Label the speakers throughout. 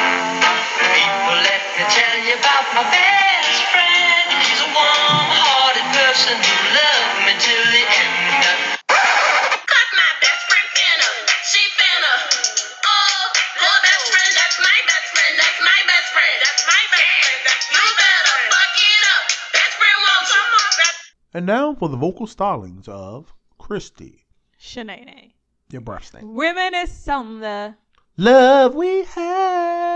Speaker 1: People let me tell you about my best friend. She's a warm-hearted person who loved me till the end. Cut my best friend Banner. She Banner. Oh, her best friend. That's my best friend. That's my best friend. That's my best friend. That's my you better fuck it up. Best friend wants some more.
Speaker 2: And now for the vocal stylings of Christy.
Speaker 3: Shanae.
Speaker 2: Your breath name.
Speaker 3: Women is something.
Speaker 2: Love we have.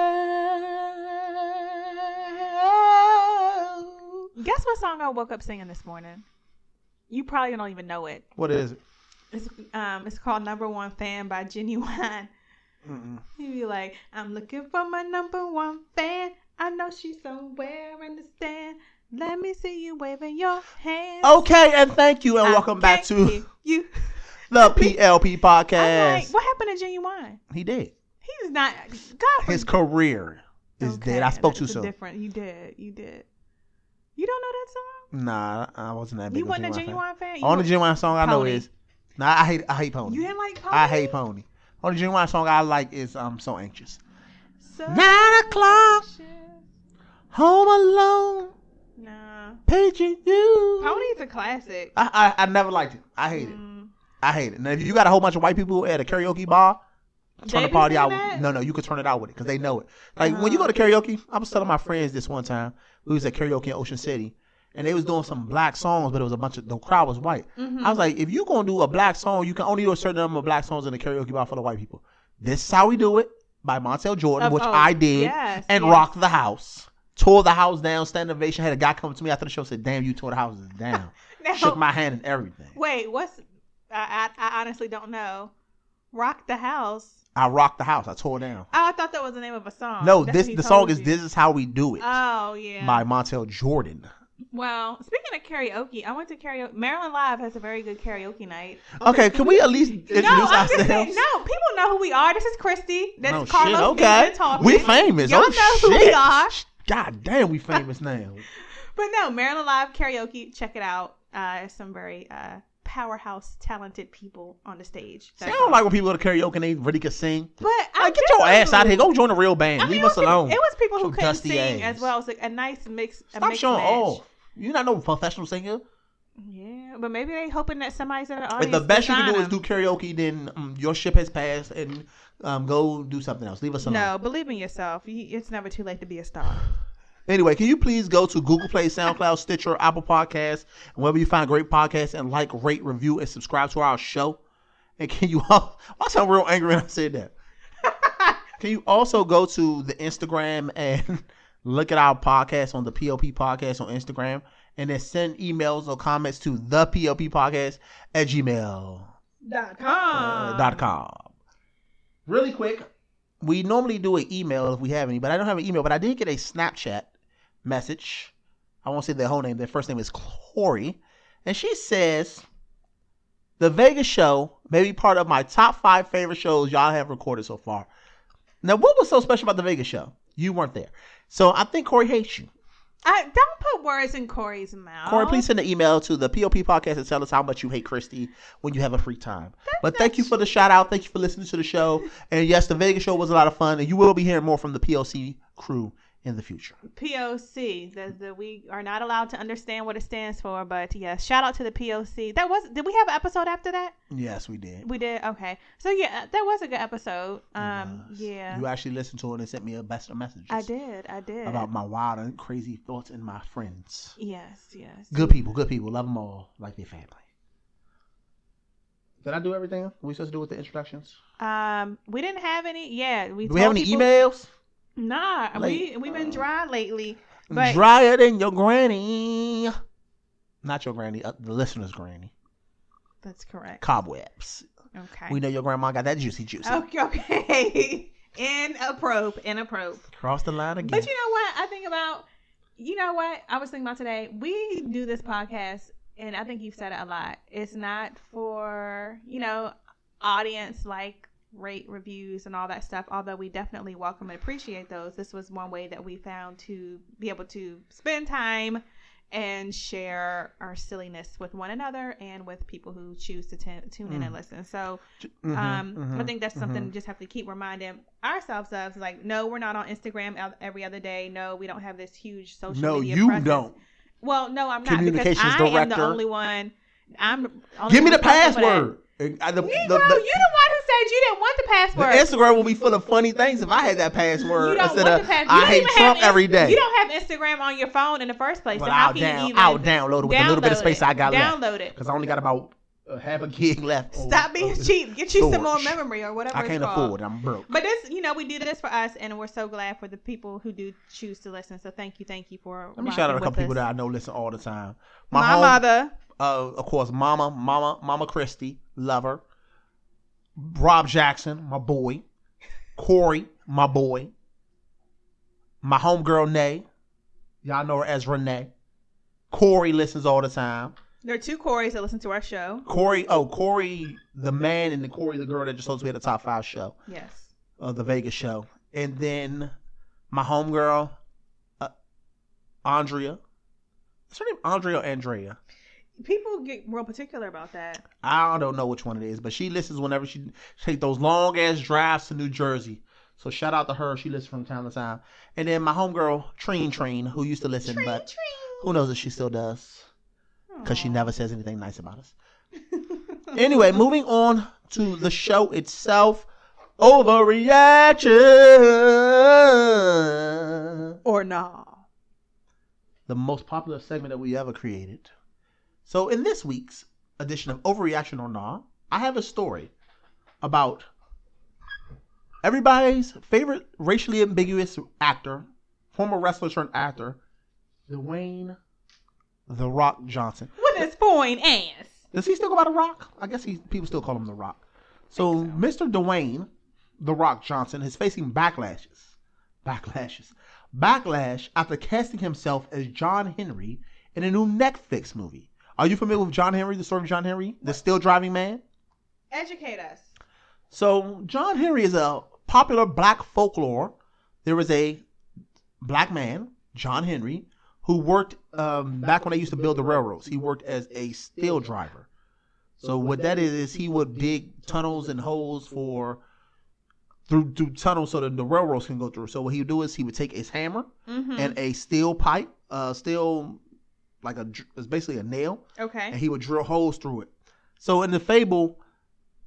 Speaker 3: Guess what song I woke up singing this morning? You probably don't even know it.
Speaker 2: What is it?
Speaker 3: It's um, it's called Number One Fan by Genuine.
Speaker 2: Mm-mm.
Speaker 3: You be like, I'm looking for my number one fan. I know she's somewhere in the stand. Let me see you waving your hand.
Speaker 2: Okay, and thank you, and
Speaker 3: I
Speaker 2: welcome back
Speaker 3: can't
Speaker 2: to
Speaker 3: hear Ah, You.
Speaker 2: the PLP
Speaker 3: I'm like,
Speaker 2: podcast.
Speaker 3: what happened to Genuine?
Speaker 2: he did.
Speaker 3: He's not. God
Speaker 2: His
Speaker 3: forgive-
Speaker 2: career is dead. I
Speaker 3: Okay,
Speaker 2: spoke too
Speaker 3: that's a
Speaker 2: soon.
Speaker 3: Different. You did. You did. You don't know that song?
Speaker 2: Nah, I wasn't that big.
Speaker 3: You
Speaker 2: of
Speaker 3: wasn't a
Speaker 2: fan.
Speaker 3: genuine fan. You
Speaker 2: Only
Speaker 3: wa-
Speaker 2: genuine song I know
Speaker 3: Pony.
Speaker 2: is. Nah, I hate I hate Pony.
Speaker 3: You didn't like Pony.
Speaker 2: I hate Pony. Only genuine song I like is "I'm So Anxious."
Speaker 3: So
Speaker 2: Nine o'clock, home alone,
Speaker 3: Nah.
Speaker 2: paging you.
Speaker 3: Pony's a classic.
Speaker 2: I, I I never liked it. I hate it.
Speaker 3: Mm.
Speaker 2: I hate it. Now if you got a whole bunch of white people at a karaoke bar, turn
Speaker 3: They
Speaker 2: the
Speaker 3: be
Speaker 2: party out.
Speaker 3: singing that? Uh-huh.
Speaker 2: No, no, you could turn it out with it because they know it. Like when you go to karaoke, I was telling my friends this one time. We was at karaoke in Ocean City, and they was doing some black songs, but it was a bunch of the crowd was white.
Speaker 3: Mm-hmm.
Speaker 2: I was like, if you gonna do a black song, you can only do a certain number of black songs in the karaoke bar for the white people. This is how we do it by Montel Jordan,
Speaker 3: Of-
Speaker 2: which
Speaker 3: oh,
Speaker 2: I did,
Speaker 3: yes,
Speaker 2: and
Speaker 3: yes.
Speaker 2: rocked the house. Tore the house down, standing ovation. Had a guy come up to me after the show, said, "Damn, you tore the house down."
Speaker 3: Now,
Speaker 2: Shook my hand and everything.
Speaker 3: wait, what's? I, I I honestly don't know. Rock the house.
Speaker 2: I rocked the house. I tore it down.
Speaker 3: Oh, I thought that was the name of a song.
Speaker 2: No,
Speaker 3: Oh, That's
Speaker 2: this
Speaker 3: what he
Speaker 2: the song
Speaker 3: told
Speaker 2: is
Speaker 3: you.
Speaker 2: "This Is How We Do It"
Speaker 3: Oh yeah.
Speaker 2: by Montel Jordan.
Speaker 3: Well, speaking of karaoke, I went to karaoke. Maryland Live has a very good karaoke night.
Speaker 2: Okay, can we at least introduce
Speaker 3: No, I'm
Speaker 2: ourselves?
Speaker 3: just saying. No, people know who we are. This is Christy. That's
Speaker 2: No,
Speaker 3: Carlos.
Speaker 2: shit,
Speaker 3: Benjamin
Speaker 2: okay.
Speaker 3: Talking.
Speaker 2: We famous.
Speaker 3: Y'all
Speaker 2: oh,
Speaker 3: know
Speaker 2: shit.
Speaker 3: who we are.
Speaker 2: God damn, we famous now.
Speaker 3: But no, Maryland Live karaoke. Check it out. Uh, there's some very uh, powerhouse, talented people on the stage.
Speaker 2: See, I don't like when people go to karaoke and they really can sing.
Speaker 3: But I
Speaker 2: Like, get your
Speaker 3: do.
Speaker 2: ass out of here. Go join a real band.
Speaker 3: I mean,
Speaker 2: Leave
Speaker 3: it
Speaker 2: us
Speaker 3: was people-
Speaker 2: alone.
Speaker 3: It was people who
Speaker 2: Your
Speaker 3: couldn't
Speaker 2: dusty
Speaker 3: sing
Speaker 2: ass.
Speaker 3: as well. It's like a nice mix. A
Speaker 2: Stop
Speaker 3: mixed
Speaker 2: showing
Speaker 3: match. Oh,
Speaker 2: off. You're not no professional singer.
Speaker 3: Yeah, but maybe they hoping that somebody's in the
Speaker 2: If
Speaker 3: audience.
Speaker 2: the best you
Speaker 3: to
Speaker 2: can do
Speaker 3: sign
Speaker 2: is do karaoke, then um, your ship has passed and um, go do something else. Leave us
Speaker 3: 'em.
Speaker 2: alone.
Speaker 3: No, believe in yourself. You, it's never too late to be a star.
Speaker 2: Anyway, can you please go to Google Play, SoundCloud, Stitcher, Apple Podcasts, and wherever you find great podcasts and like, rate, review, and subscribe to our show? And can you all I sound real angry when I said that. can you also go to the Instagram and look at our podcast on the PLP podcast on Instagram and then send emails or comments to the PLP podcast at gmail
Speaker 3: Dot
Speaker 2: uh,
Speaker 3: com.
Speaker 2: dot com. Really quick, we normally do an email if we have any, but I don't have an email. But I did get a Snapchat message. I won't say their whole name. Their first name is Corey, and she says, "The Vegas show may be part of my top five favorite shows y'all have recorded so far." Now, what was so special about the Vegas show? You weren't there, so I think Corey hates you.
Speaker 3: I, don't put words in Corey's mouth.
Speaker 2: Corey, please send an email to the POP podcast and tell us how much you hate Christy when you have a free time. But thank you for the shout out. Thank you for listening to the show. And yes, the Vegas show was a lot of fun, and you will be hearing more from the POC crew in the future.
Speaker 3: POC. That that we are not allowed to understand what it stands for, but yes, shout out to the POC. That was. Did we have an episode after that?
Speaker 2: Yes, we did.
Speaker 3: We did. Okay. So yeah, uh, that was a good episode. Um.
Speaker 2: Yes.
Speaker 3: Yeah.
Speaker 2: You actually listened to it and sent me a best of messages
Speaker 3: I did. I did.
Speaker 2: about my wild and crazy thoughts and my friends.
Speaker 3: yes. Yes.
Speaker 2: Good people, good people. Love them all like their family. Did I do everything we supposed to do with the introductions?
Speaker 3: Um. We didn't have any. Yeah. We.
Speaker 2: Do we have
Speaker 3: told
Speaker 2: any
Speaker 3: people-
Speaker 2: emails?
Speaker 3: Nah.
Speaker 2: Like,
Speaker 3: we we've
Speaker 2: uh,
Speaker 3: been dry lately. But
Speaker 2: Drier than your granny. Not your granny, uh, the listener's granny.
Speaker 3: that's correct.
Speaker 2: Cobwebs.
Speaker 3: Okay.
Speaker 2: We know your grandma got that juicy juicy.
Speaker 3: okay. Okay. Inappropriate. Inappropriate.
Speaker 2: Cross the line again.
Speaker 3: But you know what? I think about, you know what? I was thinking about today. We do this podcast, and I think you've said it a lot. It's not for, you know, audience like rate reviews and all that stuff, although we definitely welcome and appreciate those. This was one way that we found to be able to spend time and share our silliness with one another and with people who choose to t- tune in
Speaker 2: Mm.
Speaker 3: and listen. So
Speaker 2: Mhm,
Speaker 3: um, I
Speaker 2: mhm,
Speaker 3: think that's something
Speaker 2: mhm.
Speaker 3: we just have to keep reminding ourselves of. It's like, no, we're not on Instagram el- every other day. No, we don't have this huge social
Speaker 2: No,
Speaker 3: media.
Speaker 2: you
Speaker 3: presence.
Speaker 2: don't.
Speaker 3: Well, no, I'm not because
Speaker 2: Communications
Speaker 3: I am the
Speaker 2: director.
Speaker 3: only one. I'm the only
Speaker 2: Give me the
Speaker 3: responsible for that.
Speaker 2: password. And I- the- the-
Speaker 3: Negro,
Speaker 2: the-
Speaker 3: you the one who said you didn't want the
Speaker 2: The
Speaker 3: password.
Speaker 2: Instagram will be full of funny things if I had that password
Speaker 3: you don't
Speaker 2: instead
Speaker 3: want
Speaker 2: of
Speaker 3: the password.
Speaker 2: I hate Trump every day.
Speaker 3: You don't have Instagram on your phone in the first place.
Speaker 2: but
Speaker 3: so how
Speaker 2: I'll,
Speaker 3: can
Speaker 2: down,
Speaker 3: you even
Speaker 2: I'll download it with a little bit of
Speaker 3: download
Speaker 2: space
Speaker 3: it?
Speaker 2: I got left
Speaker 3: Download it.
Speaker 2: because I only got about uh, half a gig left. on-
Speaker 3: Stop being
Speaker 2: on-
Speaker 3: cheap. Get you some more
Speaker 2: storage.
Speaker 3: memory or whatever.
Speaker 2: oh, I can't
Speaker 3: it's
Speaker 2: afford.
Speaker 3: called.
Speaker 2: it. I'm broke.
Speaker 3: But this, you know, we do this for us, and we're so glad for the people who do choose to listen. So thank you, thank you for.
Speaker 2: Let me shout out a
Speaker 3: rocking
Speaker 2: couple
Speaker 3: with
Speaker 2: people that
Speaker 3: us.
Speaker 2: I know listen all the time.
Speaker 3: My,
Speaker 2: My, home,
Speaker 3: mother.
Speaker 2: uh, of course, Mama, Mama, Mama Christie, lover. Rob Jackson, my boy. Corey, my boy. My homegirl, Nay. Y'all know her as Renee. Corey listens all the time.
Speaker 3: There are two Corys that listen to our show.
Speaker 2: Corey, oh, Corey, the man, and the Corey, the girl that just told us we had a top five show,
Speaker 3: Yes.
Speaker 2: uh, the Vegas show. And then my homegirl, uh, Andrea. What's her name? Andrea or Andrea?
Speaker 3: People get real particular about that.
Speaker 2: I don't know which one it is, but she listens whenever she take those long ass drives to New Jersey. So shout out to her. She listens from time to time. And then my homegirl Treen Treen, who used to listen,
Speaker 3: Tring,
Speaker 2: but
Speaker 3: tring.
Speaker 2: who knows if she still does, because she
Speaker 3: Aw.
Speaker 2: never says anything nice about us. Anyway, moving on to the show itself. Overreaction,
Speaker 3: or nah.
Speaker 2: the most popular segment that we ever created. So in this week's edition of Overreaction or Nah, I have a story about everybody's favorite racially ambiguous actor, former wrestler turned actor, Dwayne The Rock Johnson.
Speaker 3: With his foreign ass.
Speaker 2: Does he still go by The Rock? I guess he people still call him The Rock. So, Mr. Dwayne The Rock Johnson is facing backlashes. Backlashes. Backlash after casting himself as John Henry in a new Netflix movie. Are you familiar with John Henry, the story of John Henry, the still driving man?
Speaker 3: Educate us.
Speaker 2: So John Henry is a popular black folklore. There was a black man, John Henry, who worked um, back when they used to build the railroads. He worked as a steel driver. So what that is is he would dig tunnels and holes for through through tunnels so that the railroads can go through. So what he would do is he would take his hammer
Speaker 3: Mm-hmm.
Speaker 2: and a steel pipe, uh, steel like a dr- it's basically a nail, and
Speaker 3: okay.
Speaker 2: he would drill holes through it. So in the fable,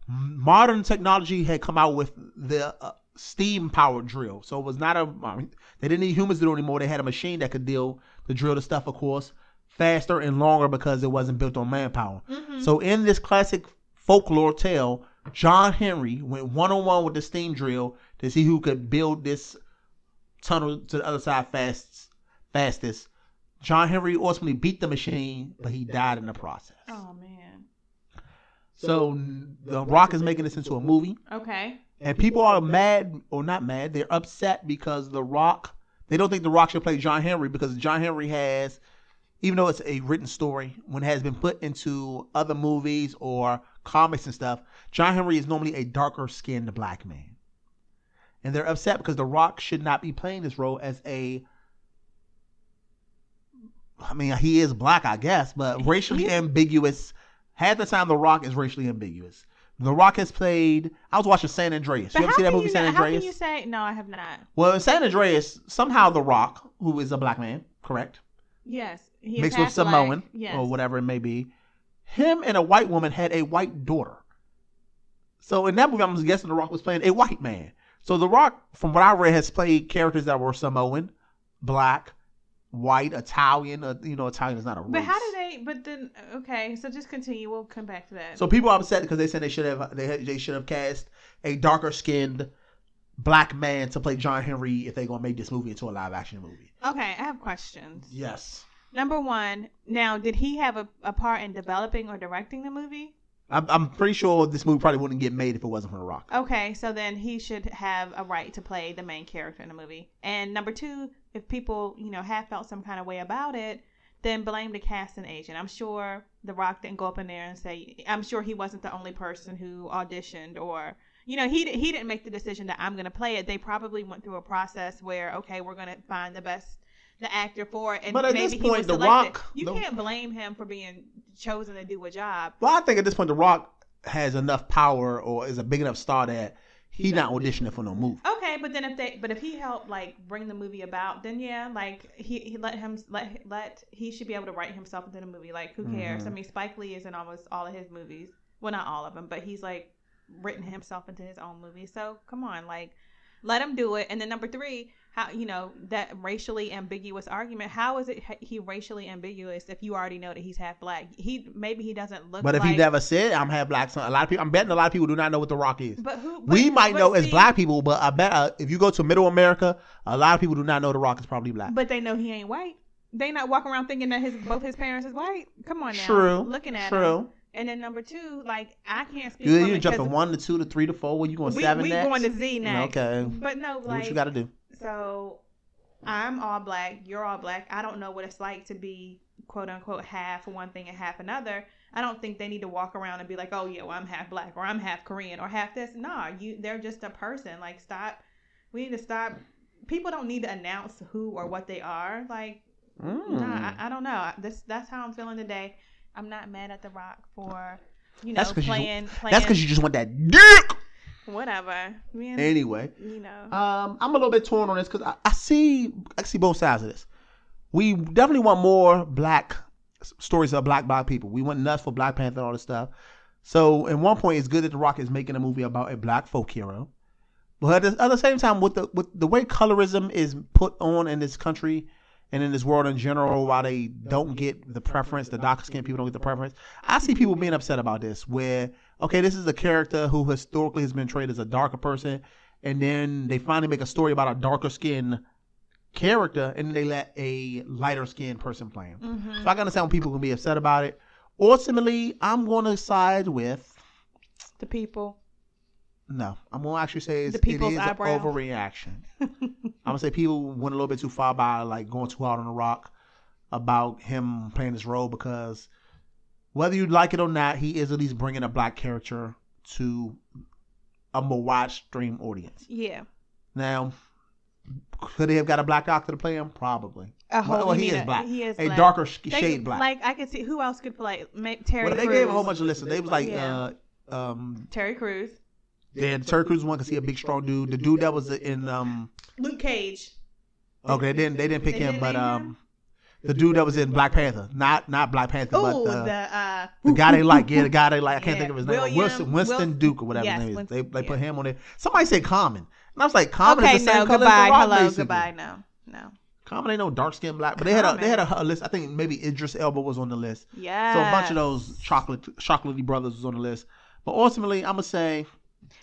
Speaker 2: m- modern technology had come out with the uh, steam powered drill. So it was not a I mean, they didn't need humans to do it anymore. They had a machine that could deal to drill the stuff, of course, faster and longer because it wasn't built on manpower.
Speaker 3: Mm-hmm.
Speaker 2: So in this classic folklore tale, John Henry went one on one with the steam drill to see who could build this tunnel to the other side fast, fastest. John Henry ultimately beat the machine, but he died in the process.
Speaker 3: oh man.
Speaker 2: So The Rock is making this into a movie,
Speaker 3: Okay.
Speaker 2: and people are mad or not mad. They're upset because The Rock. They don't think The Rock should play John Henry because John Henry has, even though it's a written story, when it has been put into other movies or comics and stuff, John Henry is normally a darker skinned black man. And they're upset because The Rock should not be playing this role as a. I mean, he is black, I guess, but racially ambiguous. Half the time, The Rock is racially ambiguous. The Rock has played. I was watching San Andreas.
Speaker 3: But
Speaker 2: you ever
Speaker 3: how
Speaker 2: see that
Speaker 3: can
Speaker 2: movie,
Speaker 3: you
Speaker 2: San
Speaker 3: not-
Speaker 2: Andreas?
Speaker 3: How can you say no? I have not.
Speaker 2: Well, in San Andreas, somehow The Rock, who is a black man, correct,
Speaker 3: Yes. He is
Speaker 2: mixed with
Speaker 3: half black.
Speaker 2: Samoan
Speaker 3: Yes.
Speaker 2: or whatever it may be, him and a white woman had a white daughter. So in that movie, I'm guessing The Rock was playing a white man. So The Rock, from what I read, has played characters that were Samoan, black, white, Italian. Uh, you know, Italian is not a race.
Speaker 3: But how do they? But then, okay. So just continue. We'll come back to that.
Speaker 2: So people are upset because they said they should have they had- they should have cast a darker skinned black man to play John Henry if they're gonna make this movie into a live action movie.
Speaker 3: okay, I have questions.
Speaker 2: Yes.
Speaker 3: Number one, now did he have a, a part in developing or directing the movie?
Speaker 2: I'm, I'm pretty sure this movie probably wouldn't get made if it wasn't for The Rock.
Speaker 3: Okay, so then he should have a right to play the main character in the movie. And number two, if people, you know, have felt some kind of way about it, then blame the casting agent. I'm sure The Rock didn't go up in there and say, I'm sure he wasn't the only person who auditioned or, you know, he, di- he didn't make the decision that I'm going to play it. They probably went through a process where, okay, we're going to find the best the actor for it. And
Speaker 2: But at
Speaker 3: maybe
Speaker 2: this
Speaker 3: he
Speaker 2: point,
Speaker 3: was
Speaker 2: The
Speaker 3: selected.
Speaker 2: Rock-
Speaker 3: You
Speaker 2: The-
Speaker 3: can't blame him for being chosen to do a job.
Speaker 2: Well, I think at this point, The Rock has enough power or is a big enough star that he not auditioning for no movie.
Speaker 3: Okay, but then if they, but if he helped like bring the movie about, then yeah, like he, he let him let let he should be able to write himself into the movie. Like who cares?
Speaker 2: Mhm.
Speaker 3: I mean, Spike Lee is in almost all of his movies. Well, not all of them, but he's like written himself into his own movie. So come on, like let him do it. And then number three, how you know that racially ambiguous argument? How is it he racially ambiguous if you already know that he's half black? He maybe he doesn't look.
Speaker 2: But if
Speaker 3: like,
Speaker 2: he never said I'm half black, son, a lot of people I'm betting a lot of people do not know what The Rock is.
Speaker 3: but who
Speaker 2: we
Speaker 3: but-
Speaker 2: might
Speaker 3: but
Speaker 2: know as
Speaker 3: see-
Speaker 2: black people, but I bet uh, if you go to Middle America, a lot of people do not know The Rock is probably black.
Speaker 3: But they know he ain't white. They not walking around thinking that his both his parents is white. Come on now.
Speaker 2: True,
Speaker 3: Looking at him.
Speaker 2: True.
Speaker 3: And then number two, like I can't speak.
Speaker 2: You
Speaker 3: for
Speaker 2: you
Speaker 3: him
Speaker 2: jumping
Speaker 3: because
Speaker 2: one to two to three to four. Where you going
Speaker 3: We,
Speaker 2: seven
Speaker 3: we
Speaker 2: next? Mm,
Speaker 3: going to Z next.
Speaker 2: Okay. Do
Speaker 3: But no,
Speaker 2: what
Speaker 3: like
Speaker 2: you got to do.
Speaker 3: so, I'm all black. You're all black. I don't know what it's like to be quote unquote half one thing and half another. I don't think they need to walk around and be like, oh yeah, well I'm half black or I'm half Korean or half this. Nah, you they're just a person. Like stop. We need to stop. People don't need to announce who or what they are. Like
Speaker 2: Mm.
Speaker 3: Nah, I, I don't know. I- This that's how I'm feeling today. I'm not mad at The Rock for you know
Speaker 2: That's 'cause you-
Speaker 3: playing playing
Speaker 2: That's because you just want that dick.
Speaker 3: whatever. Me and,
Speaker 2: Anyway,
Speaker 3: you know.
Speaker 2: um, I'm a little bit torn on this because I, I see I see both sides of this. We definitely want more black s- stories of black black people. We went nuts for Black Panther and all this stuff. So at one point, it's good that The Rock is making a movie about a black folk hero. But at the, at the same time, with the with the way colorism is put on in this country and in this world in general, while they don't get the preference, the darker skinned people don't get the preference. I see people being upset about this. Where okay, this is a character who historically has been portrayed as a darker person, and then they finally make a story about a darker skinned character, and they let a lighter skinned person play him.
Speaker 3: Mhm.
Speaker 2: So I can understand when people can be upset about it. Ultimately, I'm going to side with
Speaker 3: The people.
Speaker 2: no. I'm going to actually say it's,
Speaker 3: The
Speaker 2: it
Speaker 3: people's
Speaker 2: is an
Speaker 3: eyebrow.
Speaker 2: overreaction. I'm gonna say people went a little bit too far by like going too hard on the rock about him playing this role because whether you like it or not, he is at least bringing a black character to a more wide stream audience.
Speaker 3: Yeah.
Speaker 2: Now, could he have got a black actor to play him? Probably.
Speaker 3: A
Speaker 2: Well,
Speaker 3: whole-
Speaker 2: well,
Speaker 3: you
Speaker 2: oh, he
Speaker 3: mean
Speaker 2: is
Speaker 3: a-
Speaker 2: black.
Speaker 3: He is
Speaker 2: a
Speaker 3: black.
Speaker 2: darker sh-
Speaker 3: They-
Speaker 2: shade black.
Speaker 3: Like I could see who else could play Ma- Terry
Speaker 2: well, they
Speaker 3: Crews.
Speaker 2: gave a whole bunch of lists. They was like, uh, um,
Speaker 3: Terry Crews,
Speaker 2: yeah, the Terry Crews one because he a big, strong dude. The dude that was in um,
Speaker 3: Luke Cage.
Speaker 2: Okay, they didn't they didn't pick
Speaker 3: They
Speaker 2: him,
Speaker 3: didn't
Speaker 2: but
Speaker 3: name
Speaker 2: um,
Speaker 3: him?
Speaker 2: the dude that was in Black Panther, not not Black Panther,
Speaker 3: Oh,
Speaker 2: but uh,
Speaker 3: the
Speaker 2: the,
Speaker 3: uh,
Speaker 2: guy they like, yeah, the guy they like, I can't
Speaker 3: Yeah,
Speaker 2: think of his name,
Speaker 3: William-
Speaker 2: Winston, Winston
Speaker 3: Wilson-
Speaker 2: Duke or whatever
Speaker 3: yes,
Speaker 2: his name is. They
Speaker 3: Winston,
Speaker 2: they put
Speaker 3: yeah.
Speaker 2: him on there. Somebody said Common, and I was like, Common
Speaker 3: okay,
Speaker 2: is the same
Speaker 3: no,
Speaker 2: color as
Speaker 3: goodbye,
Speaker 2: the rock,
Speaker 3: hello,
Speaker 2: basically.
Speaker 3: goodbye, no, no,
Speaker 2: Common ain't no dark skinned black, but they had a they had
Speaker 3: Common.
Speaker 2: a, a list. I think maybe Idris Elba was on the list.
Speaker 3: yeah.
Speaker 2: So a bunch of those chocolate chocolatey brothers was on the list. But ultimately, I'm gonna say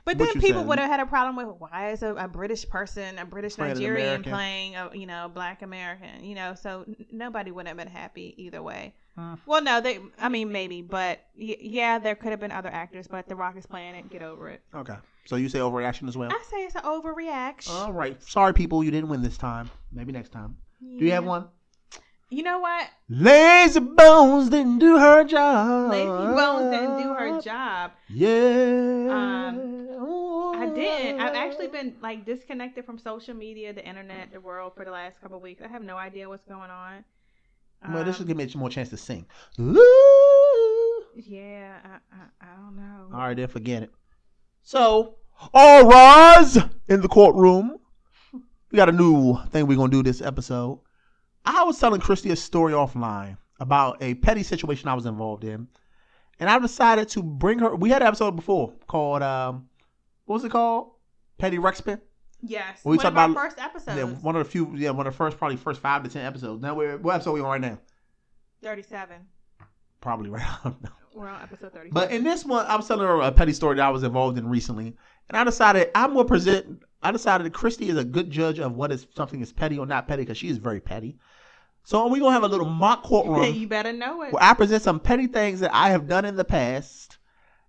Speaker 3: But
Speaker 2: what
Speaker 3: then
Speaker 2: you
Speaker 3: people
Speaker 2: said.
Speaker 3: would have had a problem with why is a, a British person, a British
Speaker 2: Playing an
Speaker 3: Nigerian
Speaker 2: American.
Speaker 3: playing a you know black American, you know, so n- nobody would have been happy either way.
Speaker 2: Hmm.
Speaker 3: Well, no, they, I mean maybe, but y- yeah, there could have been other actors, but The Rock is playing it. Get over it.
Speaker 2: okay. So you say overreaction as well.
Speaker 3: I say it's an overreaction.
Speaker 2: All right, sorry people, you didn't win this time. Maybe next time. Oh. Do you have
Speaker 3: Yeah.
Speaker 2: one?
Speaker 3: You know what?
Speaker 2: Lazy Bones didn't do her job.
Speaker 3: Lacey Bones didn't do
Speaker 2: Uh-huh.
Speaker 3: her job.
Speaker 2: Yeah.
Speaker 3: Um, I didn't. I've actually been like disconnected from social media, the internet, the world for the last couple of weeks. I have no idea what's going on.
Speaker 2: Well, this
Speaker 3: Um,
Speaker 2: should give me a more chance to sing. All
Speaker 3: Yeah, I, I, I don't know.
Speaker 2: right, then forget it. So, all rise in the courtroom. We got a new thing we're gonna do this episode. I was telling Christy a story offline about a petty situation I was involved in, and I decided to bring her. We had an episode before called um, what was it called? Petty Rexpin.
Speaker 3: Yes,
Speaker 2: We
Speaker 3: one
Speaker 2: talked
Speaker 3: of our
Speaker 2: about-
Speaker 3: first episodes.
Speaker 2: Yeah, one of the few. Yeah, one of the first, probably first five to ten episodes. Now, we're, what episode we on right now?
Speaker 3: Thirty-seven.
Speaker 2: Probably right. I don't know.
Speaker 3: We're on episode thirty.
Speaker 2: But in this one, I was telling her a petty story that I was involved in recently, and I decided I'm gonna present. I decided that Christy is a good judge of what is something is petty or not petty because she is very petty. So we're gonna have a little mock courtroom
Speaker 3: you better know it.
Speaker 2: where I present some petty things that I have done in the past,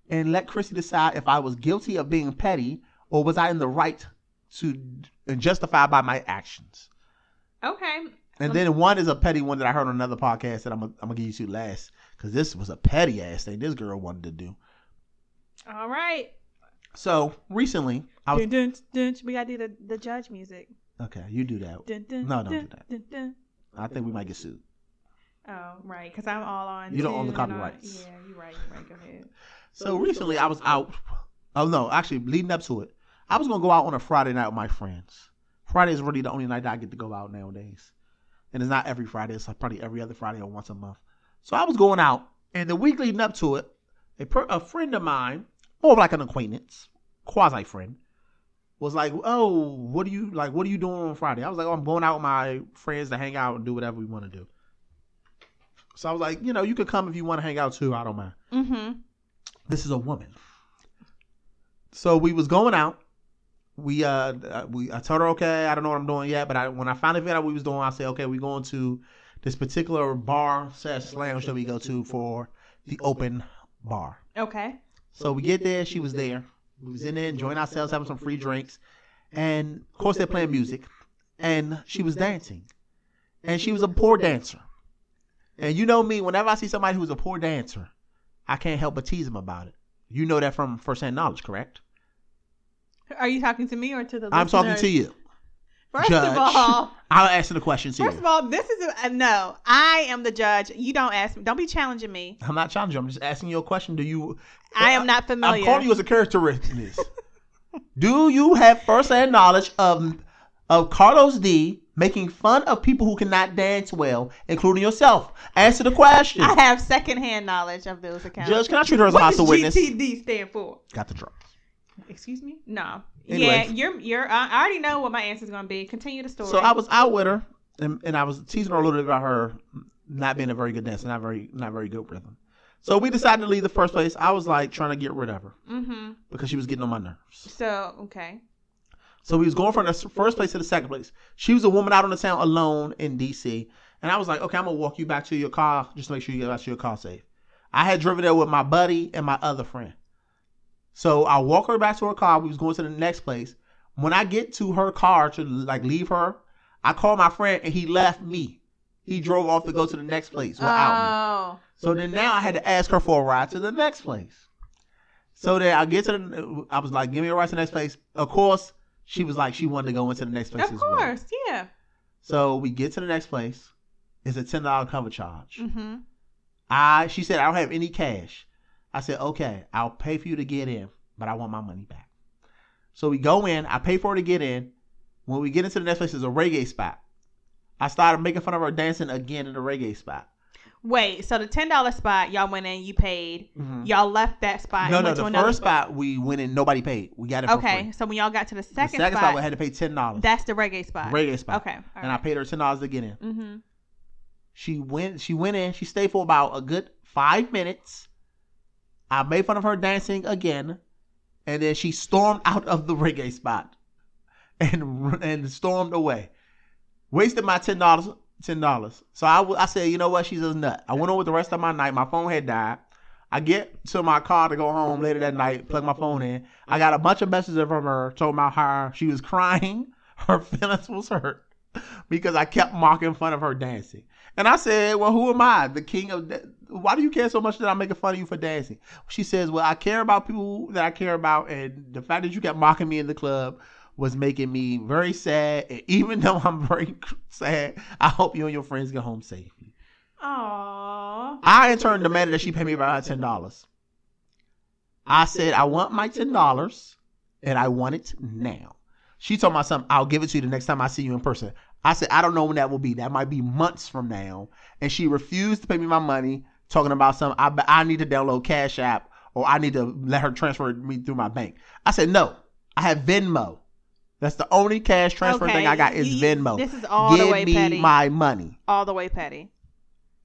Speaker 2: and let Christy decide if I was guilty of being petty or was I in the right to and justified by my actions.
Speaker 3: okay.
Speaker 2: And
Speaker 3: Um,
Speaker 2: then one is a petty one that I heard on another podcast that I'm gonna I'm gonna give you two last because this was a petty ass thing this girl wanted to do.
Speaker 3: All right.
Speaker 2: So recently, I was
Speaker 3: Dun, dun, dun. We gotta do the, the judge music.
Speaker 2: okay. You do that.
Speaker 3: Dun, dun,
Speaker 2: No, don't
Speaker 3: dun,
Speaker 2: do that.
Speaker 3: Dun, dun.
Speaker 2: I think we might get sued.
Speaker 3: Oh, right. Because I'm all on.
Speaker 2: You don't own
Speaker 3: two
Speaker 2: the
Speaker 3: and all-
Speaker 2: copyrights.
Speaker 3: yeah, you're right. You're right. Go ahead.
Speaker 2: So recently I was out. Oh no, actually leading up to it, I was gonna go out on a Friday night with my friends. Friday is really the only night that I get to go out nowadays, and it's not every Friday. It's like probably every other Friday or once a month. So I was going out, and the week leading up to it, a, per, a friend of mine, more of like an acquaintance, quasi friend, was like, "Oh, what are you like? What are you doing on Friday?" I was like, "Oh, I'm going out with my friends to hang out and do whatever we want to do." So I was like, "You know, you could come if you want to hang out too. I don't mind."
Speaker 3: Mm-hmm.
Speaker 2: this is a woman. So we was going out. We uh uh, we I told her okay, I don't know what I'm doing yet, but I when I finally figured out what we was doing, I said okay, we're going to this particular bar slash lounge that we go to for the open bar.
Speaker 3: Okay.
Speaker 2: So we get there, she was there. We was in there enjoying ourselves, having some free drinks, and of course they're playing music, and she was dancing, and she was a poor dancer. And you know me, whenever I see somebody who's a poor dancer, I can't help but tease them about it. You know that from firsthand knowledge, correct?
Speaker 3: Are you talking to me or to the?
Speaker 2: I'm talking to
Speaker 3: listeners?
Speaker 2: you.
Speaker 3: First
Speaker 2: Judge.
Speaker 3: of all,
Speaker 2: I'll answer the question to
Speaker 3: first of
Speaker 2: you.
Speaker 3: all, this is a, a no. I am the judge. You don't ask me. Don't be challenging me.
Speaker 2: I'm not challenging you. I'm just asking you a question. Do you?
Speaker 3: I am not familiar.
Speaker 2: I'm calling you as a characteristic. Do you have firsthand knowledge of of Carlos D making fun of people who cannot dance well, including yourself? Answer the question.
Speaker 3: I have secondhand knowledge of those accounts.
Speaker 2: Judge, can I treat her as a
Speaker 3: what does
Speaker 2: hostile witness?
Speaker 3: GTD stand for?
Speaker 2: Got the drop.
Speaker 3: Excuse me? No.
Speaker 2: Anyways.
Speaker 3: Yeah, you're you're. I already know what my answer's gonna be. Continue the story.
Speaker 2: So I was out with her, and, and I was teasing her a little bit about her not being a very good dancer, not very not very good rhythm. So we decided to leave the first place. I was like trying to get rid of her
Speaker 3: Mm-hmm.
Speaker 2: because she was getting on my nerves.
Speaker 3: So okay.
Speaker 2: So we was going from the first place to the second place. She was a woman out on the town alone in DC. And I was like, okay, I'm gonna walk you back to your car just to make sure you get back to your car safe. I had driven there with my buddy and my other friend. So I walk her back to her car. We was going to the next place. When I get to her car to like leave her, I call my friend and he left me. He drove off to go to the next place without me.
Speaker 3: Oh.
Speaker 2: So then now I had to ask her for a ride to the next place. So then I get to the, I was like, give me a ride to the next place. Of course, she was like, she wanted to go into the next place
Speaker 3: Of
Speaker 2: as well.
Speaker 3: course. Yeah.
Speaker 2: So we get to the next place. It's a ten dollar cover charge.
Speaker 3: Mm-hmm.
Speaker 2: I she said I don't have any cash. I said okay, I'll pay for you to get in, but I want my money back. So we go in. I pay for her to get in. When we get into the next place, it's a reggae spot. I started making fun of her dancing again in the reggae spot.
Speaker 3: Wait. So the ten dollar spot, y'all went in, you paid.
Speaker 2: Mhm.
Speaker 3: Y'all left that spot.
Speaker 2: No,
Speaker 3: and
Speaker 2: no.
Speaker 3: went to
Speaker 2: The
Speaker 3: another
Speaker 2: first spot we went in, nobody paid. We got it for
Speaker 3: Okay.
Speaker 2: free.
Speaker 3: So when y'all got to the
Speaker 2: The
Speaker 3: second,
Speaker 2: second
Speaker 3: spot,
Speaker 2: spot we had to pay ten dollars.
Speaker 3: that's the reggae spot.
Speaker 2: Reggae spot.
Speaker 3: Okay.
Speaker 2: and I paid her ten dollars to get in.
Speaker 3: Mm-hmm.
Speaker 2: She went. She went in. She stayed for about a good five minutes. I made fun of her dancing again, and then she stormed out of the reggae spot, and and stormed away. Wasted my ten dollars. Ten dollars. So I, w- I said, you know what? She's a nut. I went on with the rest of my night. My phone had died. I get to my car to go home later that night. Plug my phone in. I got a bunch of messages from her. Told about her. She was crying. Her feelings was hurt because I kept mocking fun of her dancing. And I said, Well, who am I? The king of. Da- Why do you care so much that I'm making fun of you for dancing? She says, Well, I care about people that I care about. And the fact that you kept mocking me in the club was making me very sad. And even though I'm very sad, I hope you and your friends get home safely.
Speaker 3: Aww.
Speaker 2: I, in turn, demanded that she pay me about $10. I said, I want my $10 and I want it now. She told my son, I'll give it to you the next time I see you in person. I said, I don't know when that will be. That might be months from now. And she refused to pay me my money, talking about some, I, I need to download Cash App or I need to let her transfer me through my bank. I said, no, I have Venmo. That's the only cash transfer thing I got is
Speaker 3: you- you-
Speaker 2: Venmo.
Speaker 3: This is all
Speaker 2: give
Speaker 3: the way
Speaker 2: me
Speaker 3: petty.
Speaker 2: my money.
Speaker 3: all the way petty.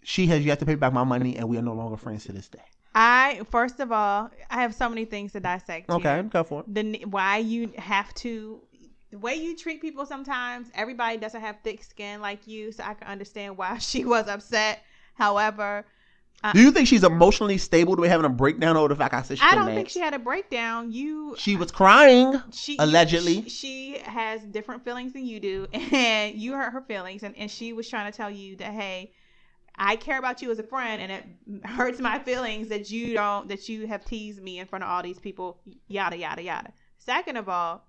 Speaker 2: She has yet to pay back my money, and we are no longer friends to this day.
Speaker 3: I first of all, I have so many things to dissect. here.
Speaker 2: Okay, go for it.
Speaker 3: the ne- why you have to the way you treat people sometimes everybody doesn't have thick skin like you so i can understand why she was upset however
Speaker 2: Do you think she's emotionally stable to be having a breakdown over the fact I said she
Speaker 3: i
Speaker 2: couldn't
Speaker 3: don't think
Speaker 2: dance?
Speaker 3: she had a breakdown you
Speaker 2: She was crying.
Speaker 3: she
Speaker 2: allegedly.
Speaker 3: she, she has different feelings than you do and you hurt her feelings and, and she was trying to tell you that hey i care about you as a friend and it hurts my feelings that you don't that you have teased me in front of all these people yada yada yada second of all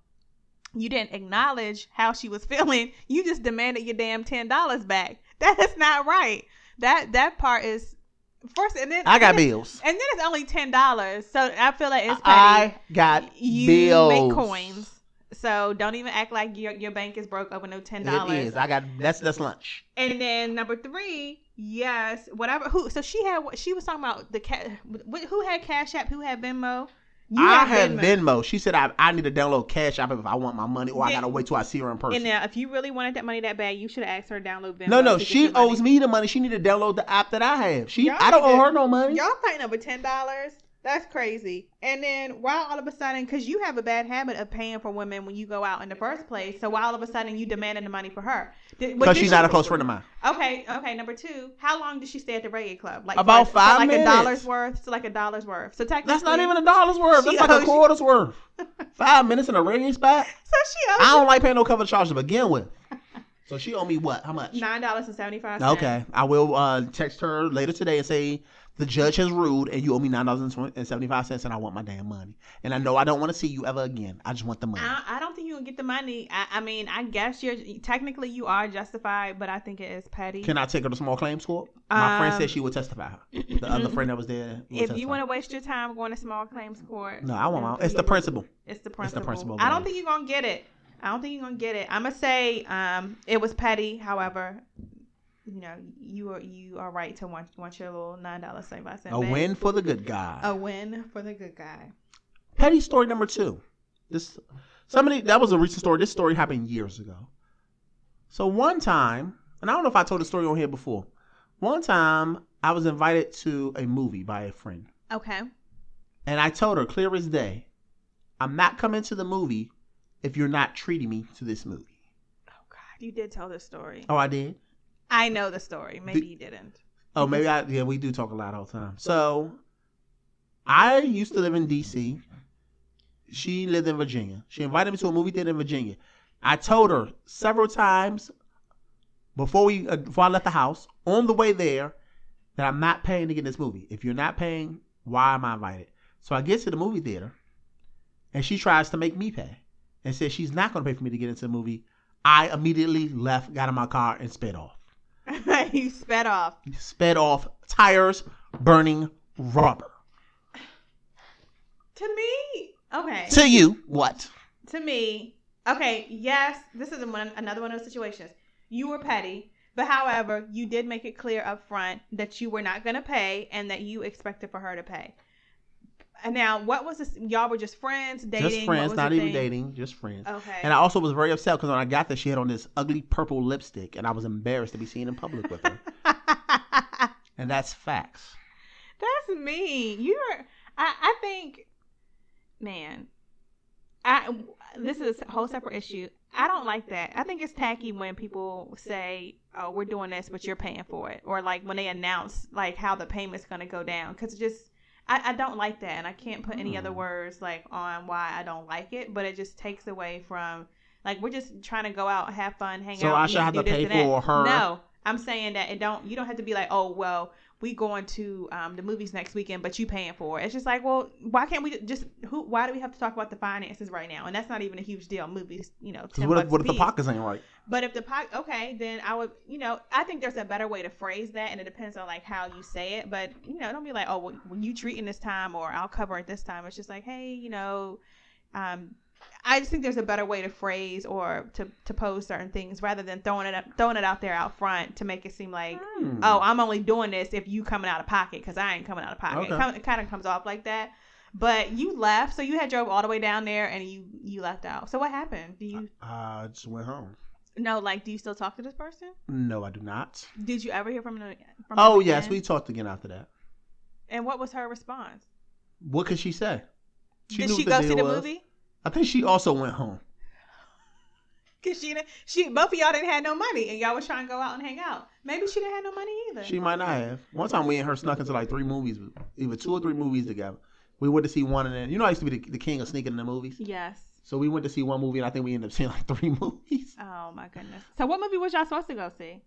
Speaker 3: you didn't acknowledge how she was feeling you just demanded your damn ten dollars back That is not right. That that part is first, and then
Speaker 2: I got
Speaker 3: and then-
Speaker 2: bills.
Speaker 3: and then it's only ten dollars. So I feel like it's petty.
Speaker 2: I got
Speaker 3: you
Speaker 2: bills.
Speaker 3: make coins, so don't even act like your your bank is broke over no ten dollars.
Speaker 2: It is. I got that's that's lunch.
Speaker 3: And then number three, yes, whatever. Who? So she had. She was talking about the cat. Who had Cash App? Who had Venmo? You
Speaker 2: I
Speaker 3: had
Speaker 2: have Venmo. She said I, I need to download Cash App if I want my money, or I
Speaker 3: Yeah.
Speaker 2: gotta wait till I see her in
Speaker 3: And
Speaker 2: person.
Speaker 3: now, if you really wanted that money that bad, you should have asked her to download Venmo.
Speaker 2: no, no,
Speaker 3: to get
Speaker 2: she
Speaker 3: your money.
Speaker 2: owes me the money. She need to download the app that I have. She,
Speaker 3: Y'all
Speaker 2: I don't
Speaker 3: need
Speaker 2: owe
Speaker 3: to-
Speaker 2: her no money.
Speaker 3: Y'all fighting over ten dollars? That's crazy. And then why all of a sudden? Because you have a bad habit of paying for women when you go out in the first place. So why all of a sudden you demanding the money for her? Did- what
Speaker 2: Because
Speaker 3: did
Speaker 2: she's
Speaker 3: she-
Speaker 2: not a close friend of mine.
Speaker 3: Okay, okay. Number two, how long did she stay at the reggae club? Like
Speaker 2: About
Speaker 3: for,
Speaker 2: five
Speaker 3: for like
Speaker 2: minutes.
Speaker 3: a dollar's worth. So like a dollar's worth. So technically,
Speaker 2: That's not even a dollar's worth.
Speaker 3: She
Speaker 2: That's like
Speaker 3: owes
Speaker 2: a
Speaker 3: you-
Speaker 2: quarter's worth. Five minutes in a regular spot.
Speaker 3: So she owes
Speaker 2: I don't like paying no cover charge to begin with. So she owe me what? How much?
Speaker 3: you nine dollars and seventy five.
Speaker 2: Okay, I will uh, text her later today and say the judge has ruled, and you owe me nine dollars and seventy five cents, and I want my damn money. And I know I don't want to see you ever again. I just want the money.
Speaker 3: I, I don't think you can get the money. I, I mean, I guess you're technically you are justified, but I think it is petty.
Speaker 2: Can I take her to small claims court? My friend
Speaker 3: Um,
Speaker 2: said she would testify. The other friend that was there. would
Speaker 3: if you
Speaker 2: testify.
Speaker 3: want to waste your time going to small claims court,
Speaker 2: no, I want my.
Speaker 3: then
Speaker 2: It's the
Speaker 3: you-
Speaker 2: principle.
Speaker 3: It's the
Speaker 2: the
Speaker 3: principle.
Speaker 2: principle
Speaker 3: I
Speaker 2: behind
Speaker 3: don't think you're gonna get it. I don't think you're gonna get it. I'm gonna say um, it was petty. However, you know you are you are right to want want your little nine dollars seventy five cent.
Speaker 2: A win for the good guy.
Speaker 3: A win for the good guy.
Speaker 2: Petty story number two. This somebody that was a recent story. This story happened years ago. So one time, and I don't know if I told the story on here before. One time, I was invited to a movie by a friend,
Speaker 3: Okay.
Speaker 2: and I told her clear as day, "I'm not coming to the movie if you're not treating me to this movie."
Speaker 3: Oh God, you did tell this story.
Speaker 2: Oh, I did.
Speaker 3: I know the story. Maybe you didn't.
Speaker 2: Oh, maybe I yeah, we do talk a lot all the time. So I used to live in DC. She lived in Virginia. She invited me to a movie theater in Virginia. I told her several times before we uh, before I left the house on the way there that I'm not paying to get in this movie. If you're not paying, why am I invited? So I get to the movie theater and she tries to make me pay and says she's not going to pay for me to get into the movie. I immediately left, got in my car, and sped off
Speaker 3: you sped off.
Speaker 2: sped off tires burning rubber.
Speaker 3: To me, okay.
Speaker 2: To you, what?
Speaker 3: to me, okay, yes, this is one, another one of those situations. You were petty, but however, you did make it clear up front that you were not going to pay and that you expected for her to pay. And now, what was this? Y'all were just friends, dating.
Speaker 2: just
Speaker 3: what
Speaker 2: friends,
Speaker 3: was
Speaker 2: not
Speaker 3: the
Speaker 2: even
Speaker 3: thing?
Speaker 2: dating, just friends.
Speaker 3: Okay.
Speaker 2: And I also was very upset because when I got there, she had on this ugly purple lipstick, and I was embarrassed to be seen in public with her. and that's facts.
Speaker 3: That's me. You're. I, I think, man. I this is a whole separate issue. I don't like that. I think it's tacky when people say, "Oh, we're doing this, but you're paying for it," or like when they announce like how the payment's going to go down. Because just I, I don't like that, and I can't put any other
Speaker 2: Hmm.
Speaker 3: words like on why I don't like it. But it just takes away from like we're just trying to go out, have fun, hang
Speaker 2: So
Speaker 3: out.
Speaker 2: I
Speaker 3: eat,
Speaker 2: should have
Speaker 3: do
Speaker 2: to
Speaker 3: this
Speaker 2: pay
Speaker 3: and that.
Speaker 2: for her?
Speaker 3: No, I'm saying that it don't. You don't have to be like, "Oh, well, we going to um, the movies next weekend, but you paying for it. It's just like, well, why can't we just who? Why do we have to talk about the finances right now? And that's not even a huge deal. Movies, you know,
Speaker 2: 'Cause
Speaker 3: ten
Speaker 2: what if,
Speaker 3: bucks
Speaker 2: what
Speaker 3: a
Speaker 2: if the
Speaker 3: piece.
Speaker 2: pockets ain't right?
Speaker 3: But if the pocket, okay, then I would, you know, I think there's a better way to phrase that, and it depends on like how you say it. But you know, don't be like, oh, well, when you treating this time, or I'll cover it this time. It's just like, hey, you know, um, I just think there's a better way to phrase or to to pose certain things rather than throwing it up, throwing it out there out front to make it seem like
Speaker 2: Hmm.
Speaker 3: oh, I'm only doing this if you coming out of pocket because I ain't coming out of pocket.
Speaker 2: Okay.
Speaker 3: It, kind of, comes off like that. But you left, so you had drove all the way down there and you you left out. So what happened? Do you
Speaker 2: I just went home.
Speaker 3: Uh, no like? Do you still talk to this person?
Speaker 2: No, I do not.
Speaker 3: Did you ever hear from them? From
Speaker 2: Oh,
Speaker 3: them
Speaker 2: yes, we
Speaker 3: again?
Speaker 2: talked again after that.
Speaker 3: And what was her response?
Speaker 2: What could she say?
Speaker 3: Did
Speaker 2: knew
Speaker 3: she
Speaker 2: what
Speaker 3: go see
Speaker 2: deal
Speaker 3: the
Speaker 2: was.
Speaker 3: movie?
Speaker 2: I think she also went home.
Speaker 3: Cause she didn't. She both of y'all didn't have no money, and y'all was trying to go out and hang out. Maybe she didn't have no money either.
Speaker 2: She might not have. One time we and her snuck into like three movies, either two or three movies together. We went to see one, and then you know I used to be the, the king of sneaking in the movies.
Speaker 3: yes.
Speaker 2: So we went to see one movie, and I think we ended up seeing like three movies.
Speaker 3: Oh my goodness. So what movie was y'all supposed to go see?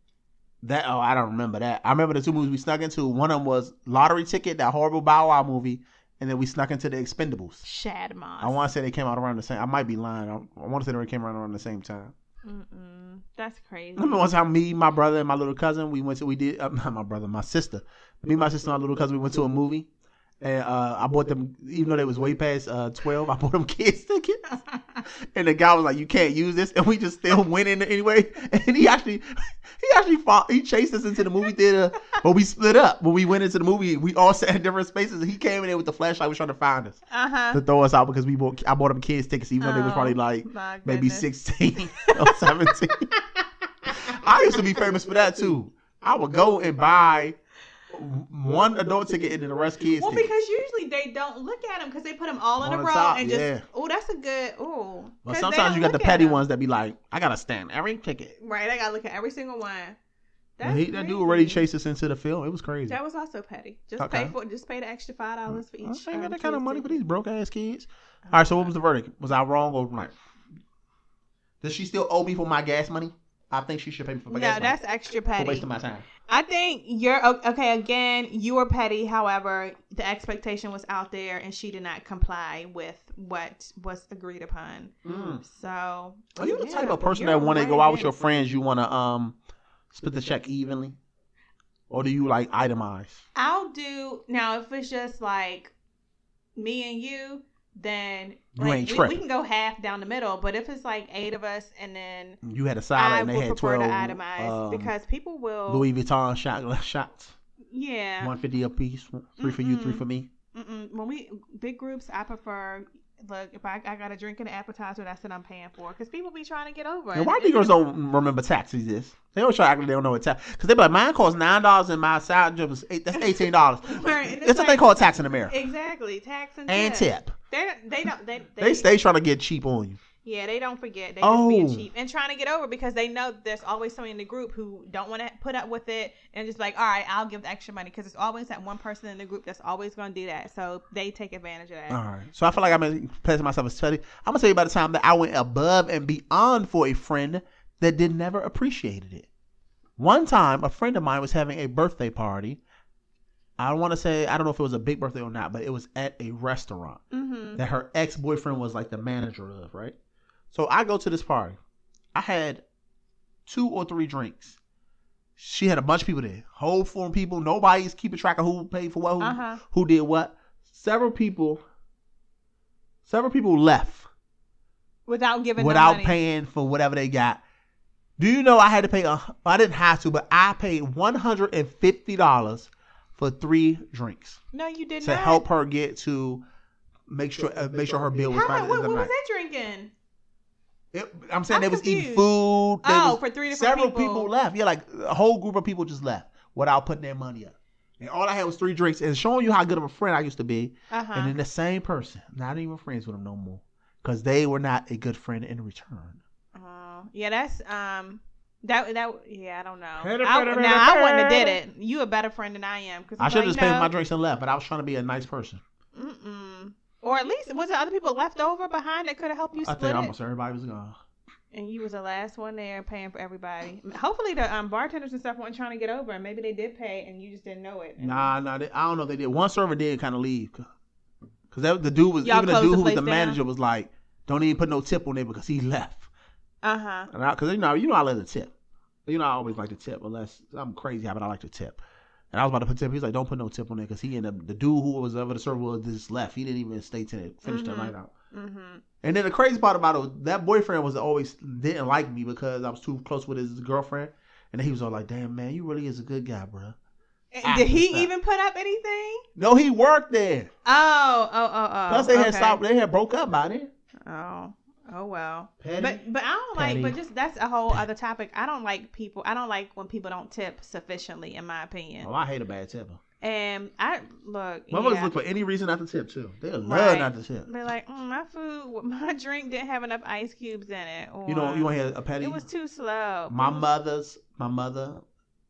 Speaker 2: That oh, I don't remember that. I remember the two movies we snuck into. One of them was Lottery Ticket, that horrible Bow Wow movie, and then we snuck into the Expendables.
Speaker 3: Shad Moss.
Speaker 2: I want to say they came out around the same. I might be lying. I, I want to say they came out around the same time.
Speaker 3: Mm-mm. That's crazy.
Speaker 2: I remember one time, me, my brother, and my little cousin, we went to, we did, uh, not my brother, my sister. Me, my sister, and my little cousin, we went to a movie. And uh, I bought them, even though they was way past uh, 12, I bought them kids tickets. And the guy was like, you can't use this. And we just still went in there anyway. And he actually, he actually fought, he chased us into the movie theater. But we split up. When we went into the movie, we all sat in different spaces. And he came in there with the flashlight, was trying to find us.
Speaker 3: Uh huh.
Speaker 2: To throw us out because we bought, I bought them kids tickets, even though they was probably
Speaker 3: Oh,
Speaker 2: like maybe 16 or 17. I used to be famous for that too. I would go and buy one adult ticket and then the rest kids.
Speaker 3: Well,
Speaker 2: ticket.
Speaker 3: because usually they don't look at them because they put them all
Speaker 2: On
Speaker 3: in a
Speaker 2: the
Speaker 3: row
Speaker 2: top,
Speaker 3: and just,
Speaker 2: yeah.
Speaker 3: oh, that's a good, oh.
Speaker 2: but sometimes you got the petty ones that be like, I gotta stand every ticket.
Speaker 3: Right, I gotta look at every single one.
Speaker 2: But
Speaker 3: That's
Speaker 2: he, that dude already
Speaker 3: crazy.
Speaker 2: chased us into the film. It was crazy.
Speaker 3: That was also petty. Just
Speaker 2: Okay. Mm,
Speaker 3: pay for just pay the extra five dollars for
Speaker 2: I
Speaker 3: each.
Speaker 2: ain't
Speaker 3: um,
Speaker 2: got that kind of
Speaker 3: kid's
Speaker 2: money for
Speaker 3: ticket. Oh,
Speaker 2: these broke ass kids. All right, so what was the verdict? Was I wrong or right? Does she still owe me for my gas money? I think she should pay me for my
Speaker 3: No,
Speaker 2: gas money.
Speaker 3: that's extra
Speaker 2: for
Speaker 3: petty.
Speaker 2: wasting my time.
Speaker 3: I think you're o- okay. Again, you were petty. However, the expectation was out there, and she did not comply with what was agreed upon.
Speaker 2: Mm.
Speaker 3: So,
Speaker 2: Are you the
Speaker 3: yeah,
Speaker 2: type of person
Speaker 3: you're
Speaker 2: that want to go out with
Speaker 3: right.
Speaker 2: your friends? You want to um split the check evenly, or do you like itemize?
Speaker 3: I'll do now if it's just like me and you, then
Speaker 2: You
Speaker 3: like,
Speaker 2: ain't
Speaker 3: we- we,
Speaker 2: tripping.
Speaker 3: can go half down the middle. But if it's like eight of us, and then
Speaker 2: You had a
Speaker 3: I
Speaker 2: salad and
Speaker 3: would
Speaker 2: they had
Speaker 3: prefer
Speaker 2: twelve
Speaker 3: to itemize
Speaker 2: um,
Speaker 3: because people will.
Speaker 2: Louis Vuitton shot, shots,
Speaker 3: yeah, Mm-hmm.
Speaker 2: one fifty a piece, three for you, three
Speaker 3: Mm-mm.
Speaker 2: for me.
Speaker 3: Mm-mm. When we big groups, I prefer look if I, I got a drink and an appetizer, that's what I'm paying for because people be trying to get over. it.
Speaker 2: And why niggas don't remember taxes? This they always try to act like they don't know what tax because they be like mine costs nine dollars and my side job is eight, that's eighteen dollars.
Speaker 3: Right, and it's
Speaker 2: It's a thing
Speaker 3: like-
Speaker 2: called tax in America
Speaker 3: Exactly, tax and,
Speaker 2: and
Speaker 3: tip.
Speaker 2: tip.
Speaker 3: They they don't they they,
Speaker 2: They stay trying to get cheap on you.
Speaker 3: yeah they don't forget they
Speaker 2: Oh.
Speaker 3: just being cheap and trying to get over because they know there's always someone in the group who don't want to put up with it and just like all right I'll give the extra money because it's always that one person in the group that's always going to do that so they take advantage of that.
Speaker 2: All right. So I feel like I'm passing myself as petty. I'm gonna tell you about the time that I went above and beyond for a friend that did never appreciated it. One time, a friend of mine was having a birthday party. I want to say I don't know if it was a big birthday or not, but it was at a restaurant
Speaker 3: Mm-hmm.
Speaker 2: that her ex boyfriend was like the manager of, right? So I go to this party. I had two or three drinks. She had a bunch of people there, whole four people. Nobody's keeping track of who paid for what, who,
Speaker 3: Uh huh.
Speaker 2: who did what. Several people, several people left
Speaker 3: Without giving no
Speaker 2: without
Speaker 3: money.
Speaker 2: paying for whatever they got. Do you know I had to pay? A, I didn't have to, but I paid one hundred and fifty dollars for three drinks
Speaker 3: No, you did
Speaker 2: to
Speaker 3: not
Speaker 2: help her get to make sure uh, make sure her bill was
Speaker 3: How,
Speaker 2: fine.
Speaker 3: what, what
Speaker 2: night.
Speaker 3: was they drinking?
Speaker 2: It, I'm saying
Speaker 3: I'm
Speaker 2: they was eating
Speaker 3: confused.
Speaker 2: food. They
Speaker 3: oh,
Speaker 2: was-
Speaker 3: for three different
Speaker 2: several people.
Speaker 3: people.
Speaker 2: left. Yeah, like a whole group of people just left without putting their money up. And all I had was three drinks. And showing you how good of a friend I used to be.
Speaker 3: Uh-huh.
Speaker 2: And then the same person, not even friends with them no more, because they were not a good friend in return.
Speaker 3: Oh, yeah, that's um, that that yeah, I don't know. I,
Speaker 2: Pretty, pretty,
Speaker 3: now I
Speaker 2: pretty,
Speaker 3: wouldn't have did
Speaker 2: pretty.
Speaker 3: it. You a better friend than I am because
Speaker 2: I should have just paid for my drinks and left, but I was trying to be a nice person.
Speaker 3: Mm-mm. Or at least was there other people left over behind that could have helped you
Speaker 2: I
Speaker 3: split
Speaker 2: think
Speaker 3: it?
Speaker 2: almost everybody was gone.
Speaker 3: And you was the last one there paying for everybody. Hopefully the um bartenders and stuff weren't trying to get over, and maybe they did pay and you just didn't know it.
Speaker 2: Nah, nah. They, I don't know if they did. One server did kind of leave, because that the dude was
Speaker 3: Y'all
Speaker 2: even the
Speaker 3: closed
Speaker 2: dude
Speaker 3: the
Speaker 2: who was
Speaker 3: place
Speaker 2: the
Speaker 3: down?
Speaker 2: manager was like, "Don't even put no tip on it because he left."
Speaker 3: Uh huh.
Speaker 2: And because you know, you know, I love to tip. You know, I always like to tip unless I'm crazy, but I like to tip. And I was about to put tip. He's like, "Don't put no tip on it," because he ended up the dude who was ever the server was just left. He didn't even stay till it finished the
Speaker 3: Mhm.
Speaker 2: night out.
Speaker 3: Mm-hmm.
Speaker 2: And then the crazy part about it, was that boyfriend was always didn't like me because I was too close with his girlfriend. And he was all like, "Damn man, you really is a good guy, bro." Ah,
Speaker 3: did he
Speaker 2: stop.
Speaker 3: even put up anything?
Speaker 2: No, he worked there.
Speaker 3: Oh, oh, oh, oh.
Speaker 2: Plus, they had
Speaker 3: okay.
Speaker 2: stopped. They had broke up by then.
Speaker 3: Oh, oh well.
Speaker 2: Petty.
Speaker 3: But but I don't
Speaker 2: Petty.
Speaker 3: like. But just that's a whole other topic. I don't like people. I don't like when people don't tip sufficiently, in my opinion.
Speaker 2: Oh, I hate a bad tipper.
Speaker 3: And I look.
Speaker 2: Motherfuckers
Speaker 3: yeah.
Speaker 2: look for any reason not to tip too. They love
Speaker 3: Right.
Speaker 2: not to tip.
Speaker 3: They're like, mm, my food, my drink didn't have enough ice cubes in it. Or,
Speaker 2: You know, you want to hear a petty?
Speaker 3: It was too slow. Mm-hmm.
Speaker 2: my mother's my mother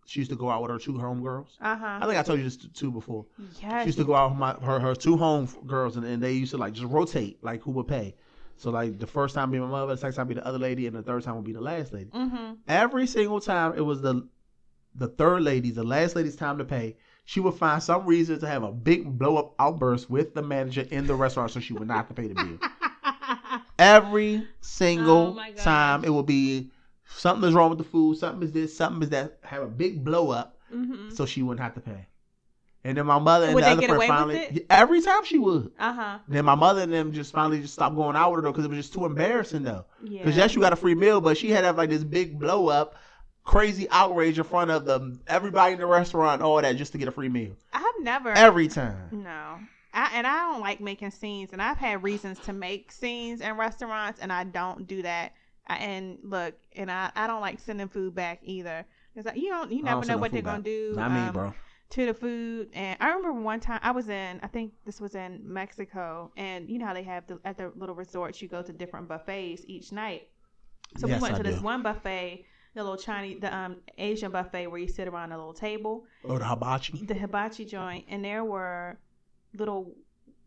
Speaker 2: she used to go out with her two homegirls
Speaker 3: Uh
Speaker 2: i
Speaker 3: huh.
Speaker 2: think i told you this t- too before she
Speaker 3: Yes.
Speaker 2: used to go out with my, her, her two homegirls and, and they used to like just rotate like who would pay so like the first time be my mother the second time be the other lady and the third time would be the last lady
Speaker 3: Mm-hmm.
Speaker 2: every single time it was the the third lady the last lady's time to pay she would find some reason to have a big blow up outburst with the manager in the restaurant so she would not have to pay the bill every
Speaker 3: Oh
Speaker 2: single
Speaker 3: my gosh.
Speaker 2: time it would be Something is wrong with the food. Something is this. Something is that. Have a big blow up
Speaker 3: Mm-hmm.
Speaker 2: so she wouldn't have to pay. And then my mother and
Speaker 3: Would
Speaker 2: the
Speaker 3: they
Speaker 2: other
Speaker 3: get
Speaker 2: friend
Speaker 3: away with
Speaker 2: finally
Speaker 3: it?
Speaker 2: every time she would.
Speaker 3: Uh huh.
Speaker 2: Then my mother and them just finally just stopped going out with her though because it was just too embarrassing though.
Speaker 3: Yeah.
Speaker 2: Because yes, you got a free meal, but she had to have like this big blow up, crazy outrage in front of them, everybody in the restaurant, all that just to get a free meal
Speaker 3: I've never.
Speaker 2: every time.
Speaker 3: No. I, and I don't like making scenes, and I've had reasons to make scenes in restaurants, and I don't do that. I, and look, and I, I don't like sending food back either. Cause like, you don't you
Speaker 2: I don't
Speaker 3: never know
Speaker 2: send no
Speaker 3: what they're
Speaker 2: food back.
Speaker 3: gonna do
Speaker 2: Not me,
Speaker 3: um,
Speaker 2: bro.
Speaker 3: to the food. And I remember one time I was in I think this was in Mexico, and you know how they have the, at the little resorts you go to different buffets each night. So
Speaker 2: Yes,
Speaker 3: we went
Speaker 2: I
Speaker 3: to this
Speaker 2: do.
Speaker 3: one buffet, the little Chinese, the um Asian buffet where you sit around a little table,
Speaker 2: Oh, the hibachi.
Speaker 3: the hibachi joint, and there were little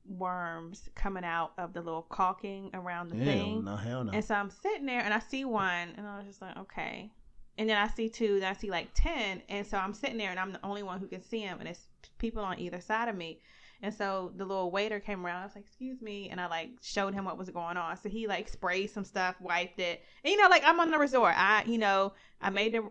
Speaker 3: worms coming out of the little caulking around the
Speaker 2: Hell
Speaker 3: thing.
Speaker 2: no, hell no.
Speaker 3: And so I'm sitting there and I see one, and I was just like, okay. And then I see two, then I see like 10. And so I'm sitting there and I'm the only one who can see them, and it's people on either side of me. And so the little waiter came around. I was like, "Excuse me," and I like showed him what was going on. So he like sprayed some stuff, wiped it, and you know, like I'm on the resort. I, you know, I made the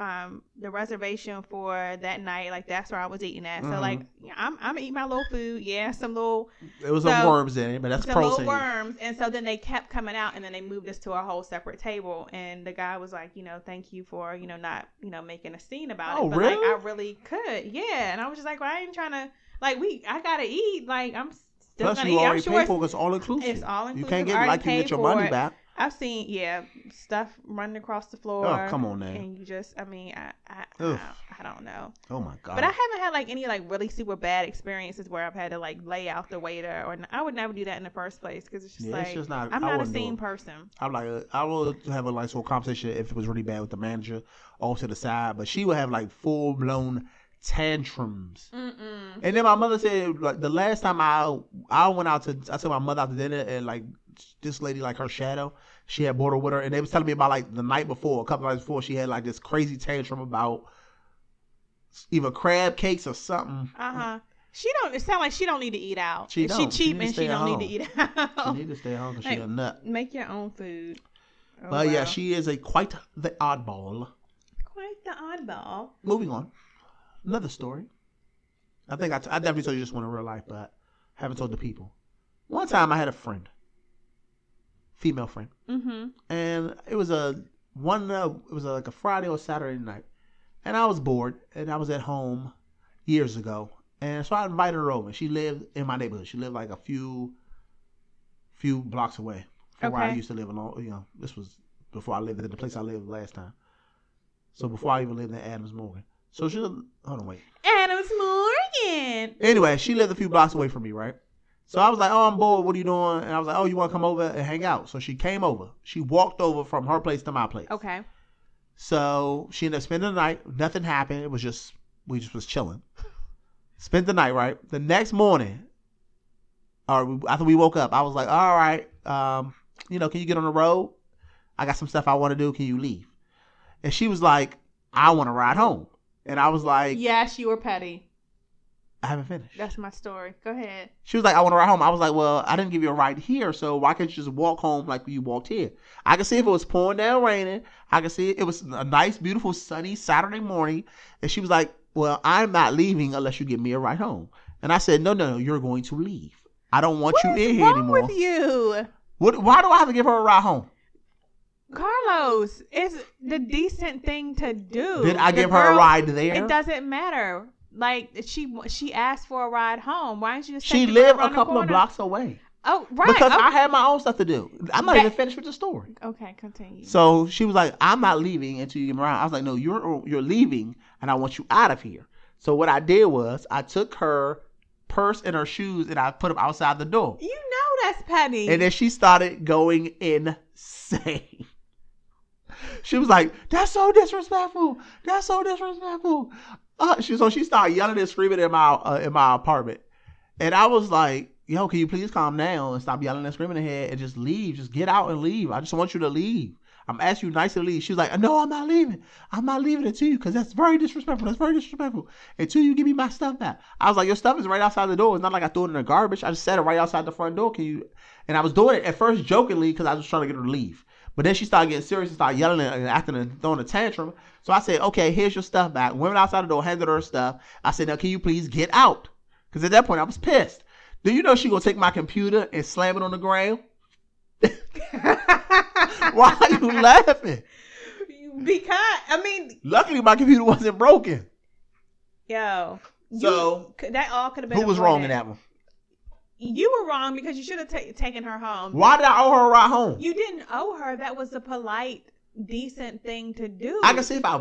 Speaker 3: um the reservation for that night. Like that's where I was eating at. So
Speaker 2: Mhm.
Speaker 3: like I'm I'm eating my little food. Yeah, some little
Speaker 2: It was some
Speaker 3: so-
Speaker 2: worms in it, but that's
Speaker 3: the
Speaker 2: protein.
Speaker 3: little worms. And so then they kept coming out, and then they moved us to a whole separate table. And the guy was like, you know, thank you for you know not you know making a scene about
Speaker 2: Oh,
Speaker 3: it, but like
Speaker 2: really?
Speaker 3: I really could, yeah. And I was just like, well, I ain't trying to like we I gotta eat. Like I'm still
Speaker 2: Plus,
Speaker 3: gonna
Speaker 2: you
Speaker 3: eat. I'm
Speaker 2: already
Speaker 3: sure
Speaker 2: paid
Speaker 3: it's,
Speaker 2: for it. It's all inclusive.
Speaker 3: it's all
Speaker 2: You
Speaker 3: inclusive.
Speaker 2: can't get
Speaker 3: already
Speaker 2: like you can
Speaker 3: paid
Speaker 2: get your
Speaker 3: for
Speaker 2: money
Speaker 3: it.
Speaker 2: back.
Speaker 3: I've seen yeah stuff running across the floor.
Speaker 2: Oh, come on now.
Speaker 3: And you just, I mean, I, I, I,
Speaker 2: Ugh.
Speaker 3: don't, I don't know.
Speaker 2: Oh my god.
Speaker 3: But I haven't had like any like really super bad experiences where I've had to like lay out the waiter, or I would never do that in the first place because it's just
Speaker 2: yeah,
Speaker 3: like
Speaker 2: it's just not.
Speaker 3: I'm
Speaker 2: I
Speaker 3: not a
Speaker 2: wouldn't do
Speaker 3: scene
Speaker 2: it.
Speaker 3: person.
Speaker 2: I'm like, uh, I would have a nice little conversation if it was really bad with the manager off to the side, but she would have like full blown tantrums.
Speaker 3: Mm-mm.
Speaker 2: And then my mother said, like the last time I I went out to, I took my mother out to dinner, and like this lady, like her shadow, she had brought her with her, and they was telling me about like the night before, a couple nights before, she had like this crazy tantrum about either crab cakes or something.
Speaker 3: Uh huh. She don't. It sound like she don't need to eat out.
Speaker 2: She
Speaker 3: She,
Speaker 2: don't. She
Speaker 3: cheap
Speaker 2: need to
Speaker 3: and
Speaker 2: stay
Speaker 3: she
Speaker 2: at
Speaker 3: don't
Speaker 2: home.
Speaker 3: need to eat
Speaker 2: She
Speaker 3: out.
Speaker 2: need to stay home because she
Speaker 3: Oh. Like-
Speaker 2: a nut.
Speaker 3: Make your own food. Oh,
Speaker 2: But yeah,
Speaker 3: well.
Speaker 2: she is a quite the oddball.
Speaker 3: quite the oddball.
Speaker 2: Moving on. Another story. I think I, t- I definitely told you this one in real life, but haven't told the people. One time I had a friend, female friend,
Speaker 3: Mm-hmm.
Speaker 2: and it was a one. Uh, it was uh like a Friday or Saturday night, and I was bored, and I was at home years ago, and so I invited her over. She lived in my neighborhood. She lived like a few, few blocks away from where I
Speaker 3: Okay.
Speaker 2: used to live. Along, you know, this was before I lived at the place I lived last time. So before I even lived in Adams Morgan. So she lived, hold on, wait.
Speaker 3: Adams Morgan.
Speaker 2: Anyway, she lived a few blocks away from me, right? So I was like, "Oh, I'm bored. What are you doing?" And I was like, "Oh, you want to come over and hang out?" So she came over. She walked over from her place to my place.
Speaker 3: Okay.
Speaker 2: So she ended up spending the night. Nothing happened. It was just we just was chilling. Spent the night, right? The next morning, or we- after we woke up, I was like, "All right, um, you know, can you get on the road? I got some stuff I want to do. Can you leave?" And she was like, "I want to ride home." And I was like,
Speaker 3: Yes, you were petty.
Speaker 2: "I haven't finished."
Speaker 3: That's my story. Go ahead.
Speaker 2: She was like, I want to ride home. I was like, Well, I didn't give you a ride here, so why can't you just walk home like you walked here? I could see if it was pouring down raining. I could see it, it was a nice, beautiful, sunny Saturday morning. And she was like, Well, I'm not leaving unless you give me a ride home. And I said, No, no, no, you're going to leave. I don't want
Speaker 3: What
Speaker 2: you
Speaker 3: is
Speaker 2: in here
Speaker 3: wrong
Speaker 2: anymore.
Speaker 3: with you?
Speaker 2: What, why do I have to give her a ride home?
Speaker 3: Carlos, it's the decent thing to do.
Speaker 2: Did I
Speaker 3: The
Speaker 2: give her a
Speaker 3: girl-
Speaker 2: ride there?
Speaker 3: It doesn't matter. Like she she asked for a ride home. Why didn't you just?
Speaker 2: she
Speaker 3: take the girl
Speaker 2: lived a
Speaker 3: around the
Speaker 2: couple of
Speaker 3: corner?
Speaker 2: blocks away.
Speaker 3: Oh right.
Speaker 2: Because
Speaker 3: okay.
Speaker 2: I had my own stuff to do. I'm not
Speaker 3: That-
Speaker 2: even finished with the story.
Speaker 3: okay, continue.
Speaker 2: So she was like, "I'm not leaving until you get me around." I was like, "No, you're you're leaving, and I want you out of here." So what I did was I took her purse and her shoes and I put them outside the door,
Speaker 3: you know that's petty.
Speaker 2: and then she started going insane. She was like, "That's so disrespectful! That's so disrespectful!" Uh, she, so she started yelling and screaming in my uh, in my apartment, and I was like, "Yo, can you please calm down and stop yelling and screaming in here and just leave? Just get out and leave. I just want you to leave. I'm asking you nicely to leave." She was like, "No, I'm not leaving. I'm not leaving it to you because that's very disrespectful. That's very disrespectful. Until you give me my stuff back." I was like, "Your stuff is right outside the door. It's not like I threw it in the garbage. I just set it right outside the front door. Can you?" And I was doing it at first jokingly because I was trying to get her to leave. But then she started getting serious and started yelling and and acting and throwing a tantrum. So I said, okay, here's your stuff back. Women outside the door handed her stuff. I said, now can you please get out? Because at that point I was pissed. Do you know she gonna take my computer and slam it on the ground? Why are you laughing?
Speaker 3: because I mean,
Speaker 2: Luckily my computer wasn't broken.
Speaker 3: yo, you-
Speaker 2: So,
Speaker 3: could- that all could have been.
Speaker 2: Who was wrong in
Speaker 3: avoided.
Speaker 2: that one?
Speaker 3: You were wrong because you should have ta- taken her home.
Speaker 2: Why did I owe her a ride home?
Speaker 3: You didn't owe her. That was a polite, decent thing to do.
Speaker 2: I can see if I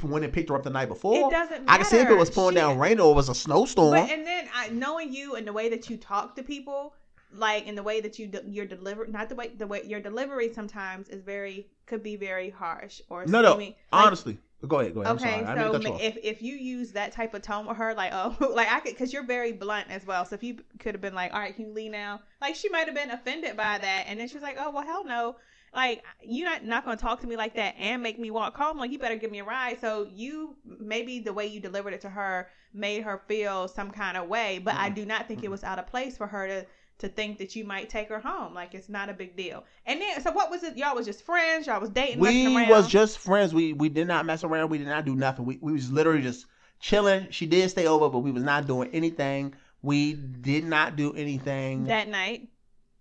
Speaker 2: went and picked her up the night before.
Speaker 3: It doesn't. Matter.
Speaker 2: I can see if it was pouring
Speaker 3: She-
Speaker 2: down rain or it was a snowstorm.
Speaker 3: But and then I, knowing you and the way that you talk to people, like in the way that you de- your deliver not the way the way your delivery sometimes is very could be very harsh or
Speaker 2: No, no,
Speaker 3: seeming- like,
Speaker 2: Honestly, go ahead, go ahead.
Speaker 3: Okay,
Speaker 2: I'm sorry. I didn't
Speaker 3: so
Speaker 2: cut you
Speaker 3: ma-
Speaker 2: off.
Speaker 3: if if you use that type of tone with her, like oh, like I could, because you're very blunt as well. So if you could have been like, all right, can you leave now? Like she might have been offended by that, and then she's like, oh well, hell no. Like you're not not gonna talk to me like that and make me walk home. Like you better give me a ride. So you maybe the way you delivered it to her made her feel some kind of way, but I
Speaker 2: Mhm.
Speaker 3: do not think it was out of place for her to to think that you might take her home. Like it's not a big deal. And then so what was it? Y'all was just friends. Y'all was dating. messing
Speaker 2: we
Speaker 3: around?
Speaker 2: was just friends. We we did not mess around. We did not do nothing. We we was literally just chilling. She did stay over, but we was not doing anything. We did not do anything.
Speaker 3: that night.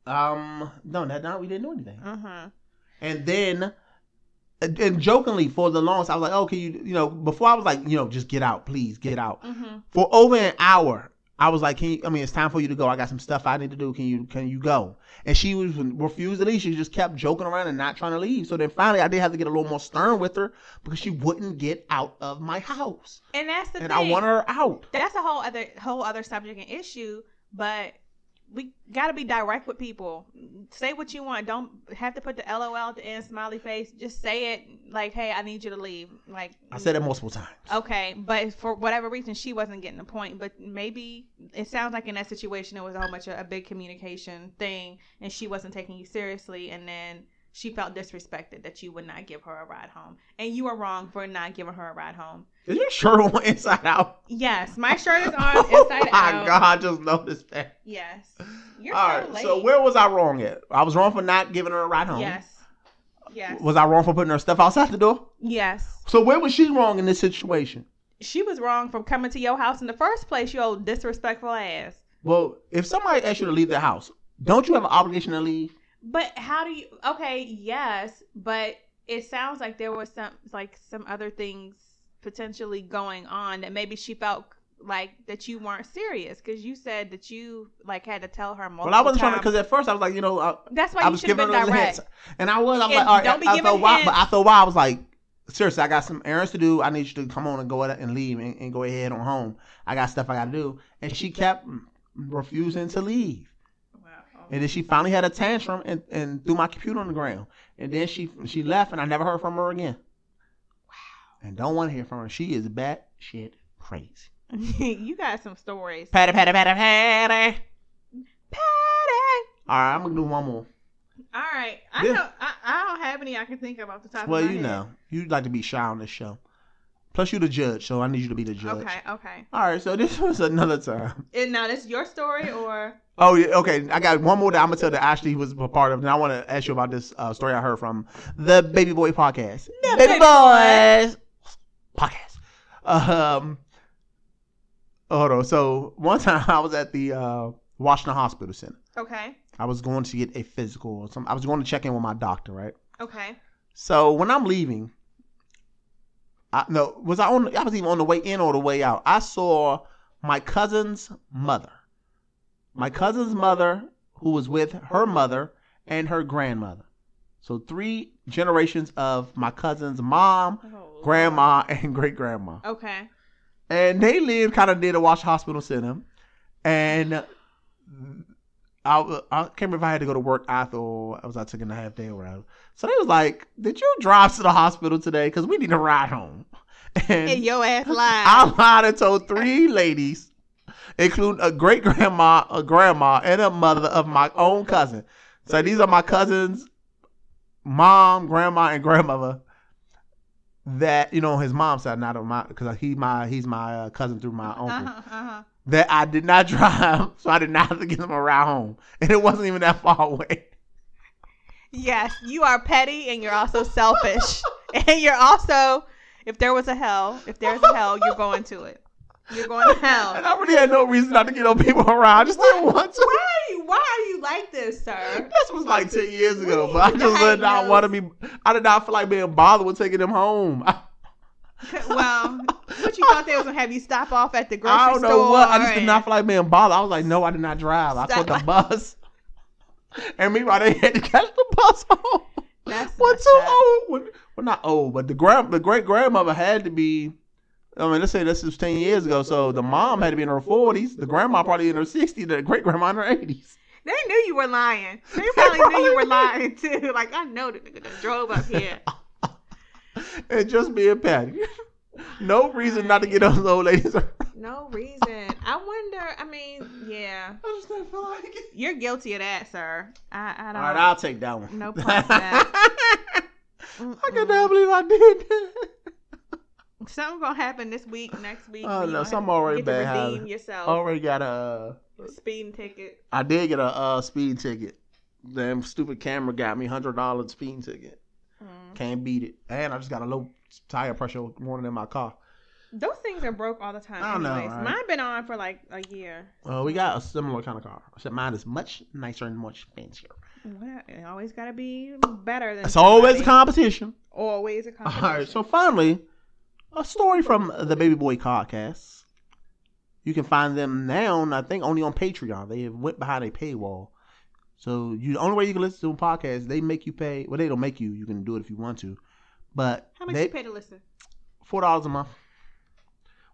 Speaker 2: um, no, that night we didn't do anything.
Speaker 3: Uh huh.
Speaker 2: And then, and- and jokingly for the longest, I was like, "Oh, can you you know?" Before I was like, "You know, just get out, please, get out."
Speaker 3: Mm-hmm.
Speaker 2: for over an hour. I was like, "Can you, I mean, it's time for you to go. I got some stuff I need to do. Can you can you go?" And she was refused to leave. She just kept joking around and not trying to leave. So then finally, I did have to get a little more stern with her because she wouldn't get out of my house,
Speaker 3: And that's the
Speaker 2: and
Speaker 3: thing.
Speaker 2: I want her out.
Speaker 3: That's a whole other whole other subject and issue, but we gotta be direct with people. Say what you want. Don't have to put the LOL at the end, smiley face. Just say it like, "Hey, I need you to leave." Like
Speaker 2: I said it multiple times.
Speaker 3: Okay, but for whatever reason, she wasn't getting the point. But maybe it sounds like in that situation, it was a whole bunch of a big communication thing, and she wasn't taking you seriously. And then she felt disrespected that you would not give her a ride home, and you were wrong for not giving her a ride home.
Speaker 2: Is your shirt on inside out?
Speaker 3: Yes, my shirt is on
Speaker 2: oh
Speaker 3: inside
Speaker 2: my
Speaker 3: out.
Speaker 2: god! I just noticed that.
Speaker 3: Yes, you're
Speaker 2: All
Speaker 3: so
Speaker 2: right.
Speaker 3: late.
Speaker 2: So where was I wrong at? I was wrong for not giving her a ride home.
Speaker 3: Yes, yes,
Speaker 2: Was I wrong for putting her stuff outside the door?
Speaker 3: yes.
Speaker 2: So where was she wrong in this situation?
Speaker 3: She was wrong from coming to your house in the first place. You old disrespectful ass.
Speaker 2: Well, if somebody asks you to leave the house, don't you have an obligation to leave?
Speaker 3: But how do you? Okay, yes, but it sounds like there was some like some other things potentially going on that maybe she felt like that you weren't serious because you said that you like had to tell her multiple
Speaker 2: well, I wasn't trying to,
Speaker 3: times.
Speaker 2: because at first I was like, you know, I,
Speaker 3: That's why
Speaker 2: I
Speaker 3: you
Speaker 2: was
Speaker 3: should have
Speaker 2: giving
Speaker 3: been
Speaker 2: her those
Speaker 3: direct.
Speaker 2: hints, and I was, I'm
Speaker 3: Yeah,
Speaker 2: like, all right,
Speaker 3: don't be
Speaker 2: I, I
Speaker 3: giving
Speaker 2: thought why, but
Speaker 3: hints.
Speaker 2: I thought why I was like, seriously, I got some errands to do. I need you to come on and go ahead and leave and, and go ahead on home. I got stuff I got to do, and she kept refusing to leave. And
Speaker 3: Wow.
Speaker 2: then she finally had a tantrum and, and threw my computer on the ground. And then she she left, and I never heard from her again. Wow. And don't want to hear from her. She is bat shit crazy.
Speaker 3: you got some stories.
Speaker 2: Patty, patty, patty, patty.
Speaker 3: Patty.
Speaker 2: All right, I'm gonna do one more.
Speaker 3: All right. I
Speaker 2: Yeah.
Speaker 3: don't I, I don't have any I can think of off the top
Speaker 2: well,
Speaker 3: of my
Speaker 2: you
Speaker 3: head.
Speaker 2: know, you like to be shy on this show. Plus, you the judge, so I need you to be the judge.
Speaker 3: Okay, okay.
Speaker 2: All right, so this was another time.
Speaker 3: And now this your story or
Speaker 2: Oh, yeah, okay. I got one more that I'm gonna tell that Ashley was a part of, and I want to ask you about this uh, story I heard from the Baby Boy podcast. The
Speaker 3: Baby Boy.
Speaker 2: Boys podcast. Um, hold on. So one time I was at the uh, Washington Hospital Center.
Speaker 3: Okay.
Speaker 2: I was going to get a physical or something. I was going to check in with my doctor, right?
Speaker 3: Okay.
Speaker 2: So when I'm leaving, I no, was I on I was even on the way in or the way out. I saw my cousin's mother. My cousin's mother, who was with her mother and her grandmother. So three generations of my cousin's mom,
Speaker 3: Oh,
Speaker 2: grandma, and great grandma.
Speaker 3: Okay.
Speaker 2: And they lived kind of near the Wash Hospital Center. And I, I can't remember if I had to go to work after or I was I took a half day or whatever. So they was like, Did you drive to the hospital today? Because we need a ride home. And
Speaker 3: And your ass lied.
Speaker 2: I lied and told three ladies, including a great grandma, a grandma, and a mother of my own cousin. So these are my cousins, mom, grandma, and grandmother. That you know, his mom's side, not on my, because he my he's my uh, cousin through my uncle.
Speaker 3: Uh-huh, uh-huh.
Speaker 2: That I did not drive, so I did not have to get him a ride home, and it wasn't even that far away.
Speaker 3: Yes, you are petty and you're also selfish. and you're also, if there was a hell, if there's a hell, you're going to it. You're going to
Speaker 2: And
Speaker 3: hell.
Speaker 2: I really had no reason not to get on people around. I just didn't want to.
Speaker 3: Why are you, why are you like this, sir?
Speaker 2: This was like ten years ago,
Speaker 3: We
Speaker 2: but I just did
Speaker 3: diagnosed-
Speaker 2: not want to be. I did not feel like being bothered with taking them home. I,
Speaker 3: Well, what you thought they was going to have you stop off at the grocery
Speaker 2: I don't
Speaker 3: store?
Speaker 2: know what. I just did
Speaker 3: and-
Speaker 2: not feel like being bothered. I was like, no, I did not drive. I
Speaker 3: Stop.
Speaker 2: caught the bus, and meanwhile they had to catch the bus home.
Speaker 3: That's
Speaker 2: We're
Speaker 3: messed
Speaker 2: too
Speaker 3: up.
Speaker 2: old. We're- Well, not old, but the grand, the great grandmother had to be. I mean, let's say this is ten years ago, so the mom had to be in her forties, the grandma probably in her sixties, the great grandma in her eighties.
Speaker 3: They knew you were lying. They probably knew you were lying too. Like I know the nigga that drove up here.
Speaker 2: and just being petty. No reason not to get those old ladies. around.
Speaker 3: No reason. I wonder. I mean, yeah,
Speaker 2: I just didn't feel like it.
Speaker 3: you're guilty of that, sir. I, I don't.
Speaker 2: All right, I'll take that one.
Speaker 3: No problem with that.
Speaker 2: I cannot believe I did that.
Speaker 3: Something gonna happen this week, next week.
Speaker 2: Oh,
Speaker 3: You
Speaker 2: no,
Speaker 3: gonna
Speaker 2: something already
Speaker 3: get to
Speaker 2: bad
Speaker 3: Redeem
Speaker 2: happened.
Speaker 3: yourself.
Speaker 2: Already got a.
Speaker 3: Speeding ticket.
Speaker 2: I did get a uh, speed ticket. Damn stupid camera got me hundred dollars speed ticket.
Speaker 3: Mm.
Speaker 2: Can't beat it. And I just got a low tire pressure warning in my car.
Speaker 3: Those things are broke all the time.
Speaker 2: I know,
Speaker 3: anyways.
Speaker 2: right?
Speaker 3: mine been on for like a year.
Speaker 2: Uh, we got a similar kind of car. Except mine is much nicer and much fancier.
Speaker 3: Well, it always gotta be better than.
Speaker 2: It's always a
Speaker 3: somebody.
Speaker 2: competition.
Speaker 3: always a
Speaker 2: All
Speaker 3: competition.
Speaker 2: right. So finally, a story from the Baby Boy podcast. You can find them now, and I think only on Patreon. They have went behind a paywall. So you the only way you can listen to a podcast, they make you pay. Well, they don't make you. You can do it if you want to, but
Speaker 3: How much
Speaker 2: they
Speaker 3: you pay to listen?
Speaker 2: four dollars a month.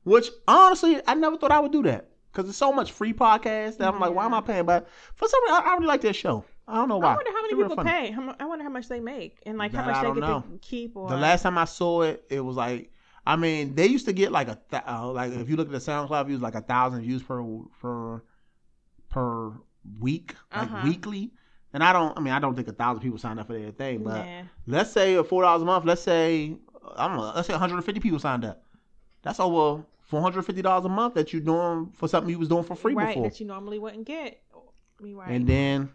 Speaker 2: Which honestly, I never thought I would do that because there's so much free podcast that I'm like, why am I paying? But for some reason, I, I really like this show. I don't know why.
Speaker 3: I wonder how
Speaker 2: It's
Speaker 3: many
Speaker 2: real
Speaker 3: people
Speaker 2: funny.
Speaker 3: pay. How, mu- I wonder how much they make and like how
Speaker 2: That
Speaker 3: much
Speaker 2: I
Speaker 3: they
Speaker 2: don't
Speaker 3: get
Speaker 2: know.
Speaker 3: to keep. Or
Speaker 2: The last time I saw it, it was like, I mean, they used to get like a th- uh, like if you look at the SoundCloud views, like a thousand views per per per week, like
Speaker 3: Uh-huh.
Speaker 2: weekly. And I don't, I mean, I don't think a thousand people signed up for their thing, but
Speaker 3: Nah.
Speaker 2: let's say four dollars a month. Let's say I don't know. Let's say 150 people signed up. That's over 450 dollars a month that you're doing for something you was doing for free
Speaker 3: right
Speaker 2: before.
Speaker 3: that you normally wouldn't get. Me right.
Speaker 2: And then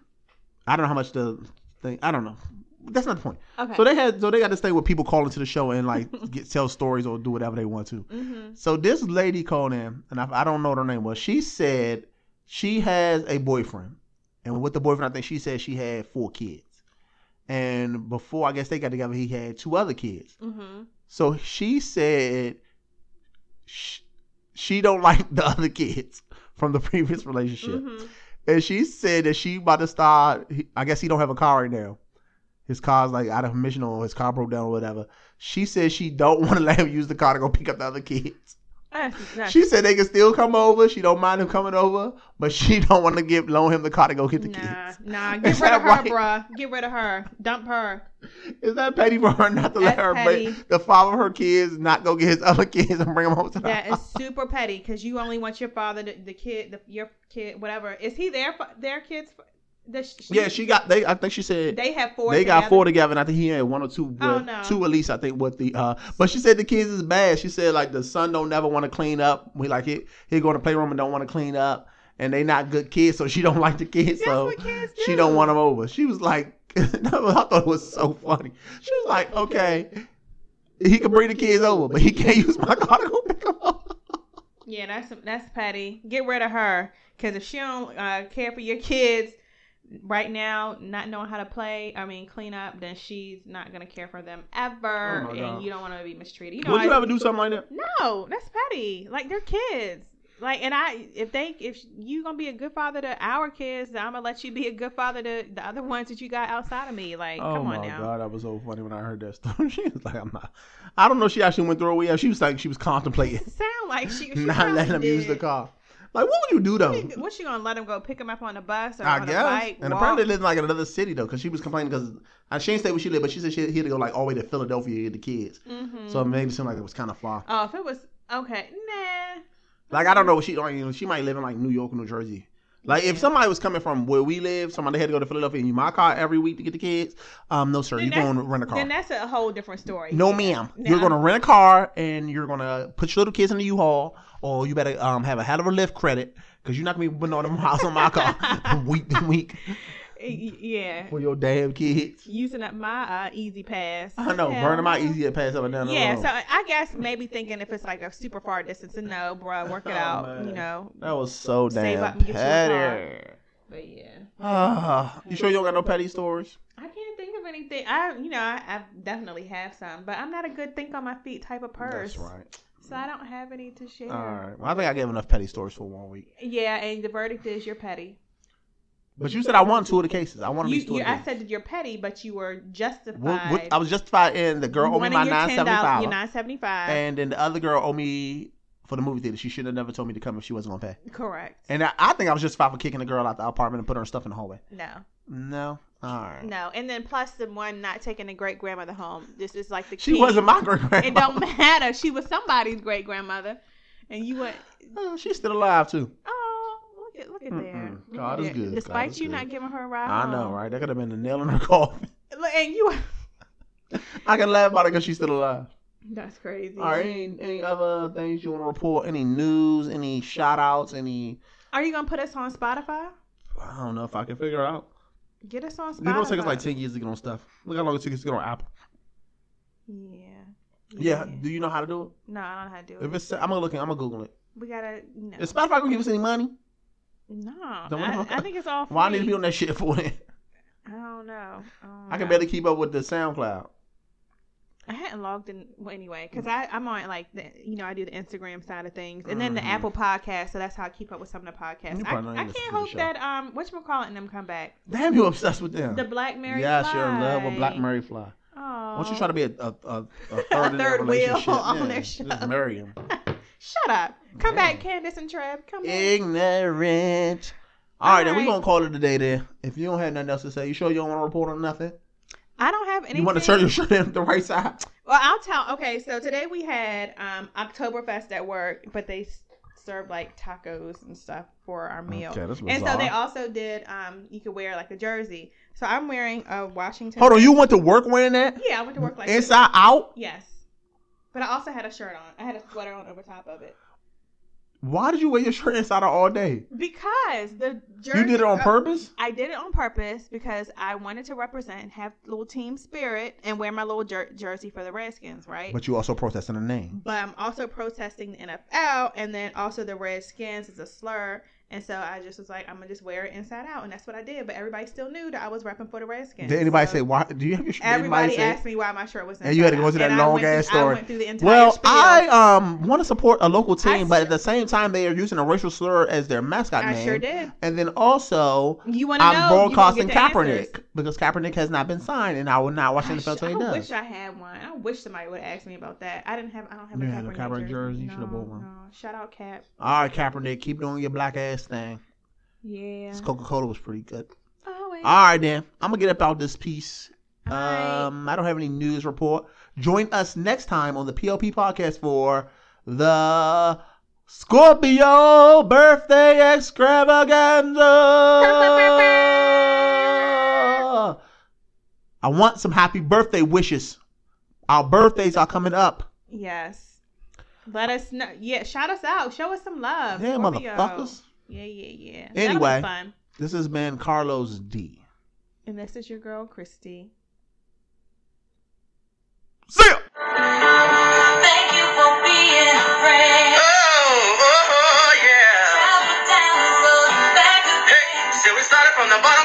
Speaker 2: I don't know how much the thing. I don't know. That's not the point.
Speaker 3: okay.
Speaker 2: So they had so they got this thing where people call into the show and like get tell stories or do whatever they want to.
Speaker 3: mm-hmm.
Speaker 2: So this lady called in, and I, I don't know what her name was. She said she has a boyfriend, and with the boyfriend, I think she said she had four kids. And before I guess they got together, he had two other kids.
Speaker 3: Mm-hmm.
Speaker 2: So she said she, she don't like the other kids from the previous relationship
Speaker 3: Mm-hmm.
Speaker 2: and she said that she about to start. he- I guess he don't have a car right now. His car's like out of commission or his car broke down or whatever. She said she don't want to let him use the car to go pick up the other kids.
Speaker 3: That's, that's,
Speaker 2: She said they can still come over. She don't mind him coming over, but she don't want to give loan him the car to go get the
Speaker 3: nah,
Speaker 2: kids.
Speaker 3: nah.
Speaker 2: Is
Speaker 3: Get rid
Speaker 2: that
Speaker 3: of her,
Speaker 2: right?
Speaker 3: bruh. Get rid of her. Dump her.
Speaker 2: Is that petty for her not to let
Speaker 3: That's
Speaker 2: her
Speaker 3: petty.
Speaker 2: bring, the father of her kids not go get his other kids and bring them home to the
Speaker 3: That
Speaker 2: house?
Speaker 3: is super petty because you only want your father, to, the kid, the, your kid, whatever. Is he their fa- their kids? fa- The, sh-
Speaker 2: Yeah, she got. They I think she said
Speaker 3: They have four.
Speaker 2: they got
Speaker 3: together?
Speaker 2: four together, and I think he had one or two,
Speaker 3: Oh,
Speaker 2: with-
Speaker 3: no.
Speaker 2: two at least. I think with the. Uh, but she said the kids is bad. She said like the son don't never want to clean up. We like it. He go to playroom and don't want to clean up, and they not good kids, so she don't like the kids,
Speaker 3: That's
Speaker 2: so
Speaker 3: what kids do.
Speaker 2: she don't want them over. She was like, I thought it was so funny. She was like, okay, he can bring the kids over, but he can't use my car to go pick them up.
Speaker 3: Yeah, that's that's petty. Get rid of her because if she don't uh, care for your kids right now, not knowing how to play, I mean, clean up, then she's not gonna care for them ever,
Speaker 2: Oh my God.
Speaker 3: and you don't want to be mistreated. You know,
Speaker 2: Would you
Speaker 3: I-
Speaker 2: ever do something like that?
Speaker 3: no, that's petty. Like they're kids. Like, and I if they if you gonna be a good father to our kids, then I'm gonna let you be a good father to the other ones that you got outside of me. Like,
Speaker 2: oh
Speaker 3: come on
Speaker 2: my
Speaker 3: now.
Speaker 2: god, that was so funny when I heard that story. She was like, "I'm not." I don't know. if She actually went through it. Yeah, she was like, she was contemplating.
Speaker 3: Sound like she, she
Speaker 2: not letting him
Speaker 3: probably
Speaker 2: use the
Speaker 3: did.
Speaker 2: car. Like, what would you do though?
Speaker 3: What's she gonna let him go pick him up on the bus or
Speaker 2: I
Speaker 3: on
Speaker 2: guess.
Speaker 3: a bike?
Speaker 2: and
Speaker 3: walk?
Speaker 2: apparently, they live in like another city though, because she was complaining because she didn't say where she lived, but she said she had to go like all the way to Philadelphia to get the kids.
Speaker 3: Mhm.
Speaker 2: So it made it seem like it was kind of far.
Speaker 3: Oh, if it was okay, nah.
Speaker 2: Like I don't know what she, like, you know, she might live in like New York or New Jersey. Like if
Speaker 3: Yeah.
Speaker 2: somebody was coming from where we live, somebody had to go to Philadelphia and use my car every week to get the kids. Um, no sir,
Speaker 3: Then
Speaker 2: you're
Speaker 3: that's-
Speaker 2: going to rent a car.
Speaker 3: Then that's a whole different story.
Speaker 2: No, ma'am.
Speaker 3: Nah.
Speaker 2: You're gonna rent a car and you're gonna put your little kids in the U-Haul, or you better um have a hell of a lift credit because you're not gonna be putting all them miles on my car week to week.
Speaker 3: Y- Yeah.
Speaker 2: for your damn kids.
Speaker 3: Using up my uh, easy pass.
Speaker 2: I know,
Speaker 3: Hell
Speaker 2: burning my
Speaker 3: no.
Speaker 2: easy to pass up and down the
Speaker 3: Yeah,
Speaker 2: road.
Speaker 3: so I guess maybe thinking if it's like a super far distance, and no, bro, work it
Speaker 2: Oh,
Speaker 3: out.
Speaker 2: man.
Speaker 3: You know,
Speaker 2: that was so
Speaker 3: Save
Speaker 2: damn
Speaker 3: up and get you a
Speaker 2: petty.
Speaker 3: but yeah,
Speaker 2: Ah, you sure you don't got no petty stories?
Speaker 3: I can't think of anything. I, you know, I, I definitely have some, but I'm not a good think on my feet type of purse,
Speaker 2: That's right.
Speaker 3: so I don't have any to share.
Speaker 2: All right. Well, I think I gave enough petty stories for one week.
Speaker 3: Yeah, and the verdict is you're petty.
Speaker 2: But you said I won two of the cases. I won
Speaker 3: You,
Speaker 2: these two.
Speaker 3: you,
Speaker 2: of the
Speaker 3: I
Speaker 2: cases.
Speaker 3: said that you're petty, but you were justified.
Speaker 2: What- what- I was justified in the girl owed me
Speaker 3: wanting
Speaker 2: my
Speaker 3: your
Speaker 2: nine seventy
Speaker 3: $10, Your
Speaker 2: five,
Speaker 3: nine seventy five.
Speaker 2: and then the other girl owed me for the movie theater. She should have never told me to come if she wasn't gonna pay.
Speaker 3: Correct.
Speaker 2: And I, I think I was justified for kicking the girl out the apartment and putting her stuff in the hallway.
Speaker 3: no.
Speaker 2: No. All right.
Speaker 3: No, and then plus the one not taking the great grandmother home. This is like the
Speaker 2: She
Speaker 3: key.
Speaker 2: wasn't my great
Speaker 3: It don't
Speaker 2: grandma.
Speaker 3: matter. She was somebody's great grandmother, and you went.
Speaker 2: Oh, She's still alive too.
Speaker 3: Oh, look at look at that.
Speaker 2: Mm-mm. God
Speaker 3: Look
Speaker 2: is
Speaker 3: at
Speaker 2: good.
Speaker 3: that.
Speaker 2: God
Speaker 3: Despite
Speaker 2: is
Speaker 3: you
Speaker 2: good.
Speaker 3: not giving her a ride.
Speaker 2: I know, right? That could have been the nail in her coffin.
Speaker 3: right? And you.
Speaker 2: I can laugh about it because she's still alive.
Speaker 3: That's crazy.
Speaker 2: All right. Any, any other things you want to report? Any news? Any shout outs? Any?
Speaker 3: Are you gonna put us on Spotify?
Speaker 2: I don't know if I can figure out.
Speaker 3: Get us on Spotify.
Speaker 2: You know, it take us like ten years to get on stuff. Look how long it took us to get on Apple.
Speaker 3: Yeah.
Speaker 2: Yeah. Do you know how to do it?
Speaker 3: No, I don't know how to do
Speaker 2: If
Speaker 3: it.
Speaker 2: it's, I'm gonna look. it- I'm gonna Google it.
Speaker 3: We gotta. No.
Speaker 2: Is Spotify gonna give us any money?
Speaker 3: No.
Speaker 2: Don't
Speaker 3: I,
Speaker 2: wanna-
Speaker 3: I think it's all. Free.
Speaker 2: Why I need to be on that shit for then?
Speaker 3: I don't know. I, don't
Speaker 2: I can
Speaker 3: know.
Speaker 2: barely keep up with the SoundCloud.
Speaker 3: I hadn't logged in well, anyway because I
Speaker 2: Mm-hmm.
Speaker 3: I'm on like the, you know I do the Instagram side of things and then the
Speaker 2: Mhm.
Speaker 3: Apple podcast so that's how I keep up with some of the
Speaker 2: You
Speaker 3: podcasts. I,
Speaker 2: probably don't
Speaker 3: I
Speaker 2: even
Speaker 3: can't
Speaker 2: listen to the
Speaker 3: hope
Speaker 2: show.
Speaker 3: that um what you calling them come back
Speaker 2: Damn, you obsessed with them.
Speaker 3: the Black Mary.
Speaker 2: yes,
Speaker 3: Fly.
Speaker 2: you're in love with Black Mary Fly.
Speaker 3: Oh,
Speaker 2: Why don't you try to be a, a, a, a third, in
Speaker 3: third
Speaker 2: that
Speaker 3: wheel
Speaker 2: relationship?
Speaker 3: on
Speaker 2: yeah,
Speaker 3: their show.
Speaker 2: Just marry him.
Speaker 3: shut up? Come
Speaker 2: Yeah.
Speaker 3: back, Candace and Trev. Come
Speaker 2: Eh.
Speaker 3: on.
Speaker 2: Ignorant. All right, then we're
Speaker 3: All right.
Speaker 2: going to call it a day then. If you don't have nothing else to say, you sure you don't want to report on nothing?
Speaker 3: I don't have anything.
Speaker 2: You want to turn your shirt in the right side?
Speaker 3: Well, I'll tell. Okay, so today we had um Oktoberfest at work, but they s- served like tacos and stuff for our meal.
Speaker 2: that's
Speaker 3: And so they also did. Um, you could wear like a jersey. So I'm wearing a Washington.
Speaker 2: Hold on, you went to work wearing that?
Speaker 3: Yeah, I went to work like this.
Speaker 2: Inside out?
Speaker 3: Yes, but I also had a shirt on. I had a sweater on over top of it
Speaker 2: Why did you wear your shirt inside out all day?
Speaker 3: because the jersey.
Speaker 2: You did it on
Speaker 3: uh,
Speaker 2: purpose?
Speaker 3: I did it on purpose because I wanted to represent, have little team spirit, and wear my little jer- jersey for the Redskins, right?
Speaker 2: But you also protesting the name.
Speaker 3: but I'm also protesting the NFL and then also the Redskins is a slur. And so I just was like, I'm gonna just wear it inside out, and that's what I did. But everybody still knew that I was repping for the Redskins.
Speaker 2: Did anybody
Speaker 3: So
Speaker 2: say why? Do you have your shirt? did anybody
Speaker 3: Everybody
Speaker 2: say-
Speaker 3: asked me why my shirt was.
Speaker 2: And you had to go
Speaker 3: inside
Speaker 2: into that
Speaker 3: out. And I
Speaker 2: long
Speaker 3: went through-
Speaker 2: ass
Speaker 3: I
Speaker 2: story.
Speaker 3: went through the entire
Speaker 2: Well,
Speaker 3: spiel.
Speaker 2: I um want to support a local team,
Speaker 3: I
Speaker 2: but
Speaker 3: sure-
Speaker 2: at the same time they are using a racial slur as their mascot
Speaker 3: I
Speaker 2: name.
Speaker 3: sure did.
Speaker 2: And then also
Speaker 3: You want to know?
Speaker 2: I'm broadcasting
Speaker 3: you gonna get the
Speaker 2: Kaepernick
Speaker 3: answers.
Speaker 2: because Kaepernick has not been signed, and I will not watch
Speaker 3: I,
Speaker 2: NFL
Speaker 3: sh- I
Speaker 2: till he
Speaker 3: wish
Speaker 2: does.
Speaker 3: I had one. I wish somebody would have asked me about that. I didn't have. I don't have
Speaker 2: You
Speaker 3: a
Speaker 2: had a
Speaker 3: Kaepernick,
Speaker 2: Kaepernick jersey. You
Speaker 3: No,
Speaker 2: should have bought one.
Speaker 3: No. Shout out Cap.
Speaker 2: All right, Kaepernick, keep doing your black ass thing.
Speaker 3: Yeah. Oh,
Speaker 2: This Coca Cola was pretty good.
Speaker 3: Always.
Speaker 2: All right, then I'm gonna get up out this piece.
Speaker 3: All right.
Speaker 2: Um, I don't have any news report. Join us next time on the PLP podcast for the Scorpio birthday extravaganza. I want some happy birthday wishes. Our birthdays are coming up.
Speaker 3: Yes. Let us know. Yeah, shout us out. Show us some love.
Speaker 2: Yeah,
Speaker 3: Scorpio.
Speaker 2: motherfuckers.
Speaker 3: Yeah, yeah, yeah. That'll
Speaker 2: Anyway.
Speaker 3: be fun.
Speaker 2: This has been Carlos D.
Speaker 3: And this is your girl, Christy.
Speaker 2: See ya!
Speaker 1: Thank you for being a friend.
Speaker 4: Oh, oh, oh, yeah.
Speaker 1: Travel down the road back to
Speaker 4: Hey, so we started from the bottom. Oh,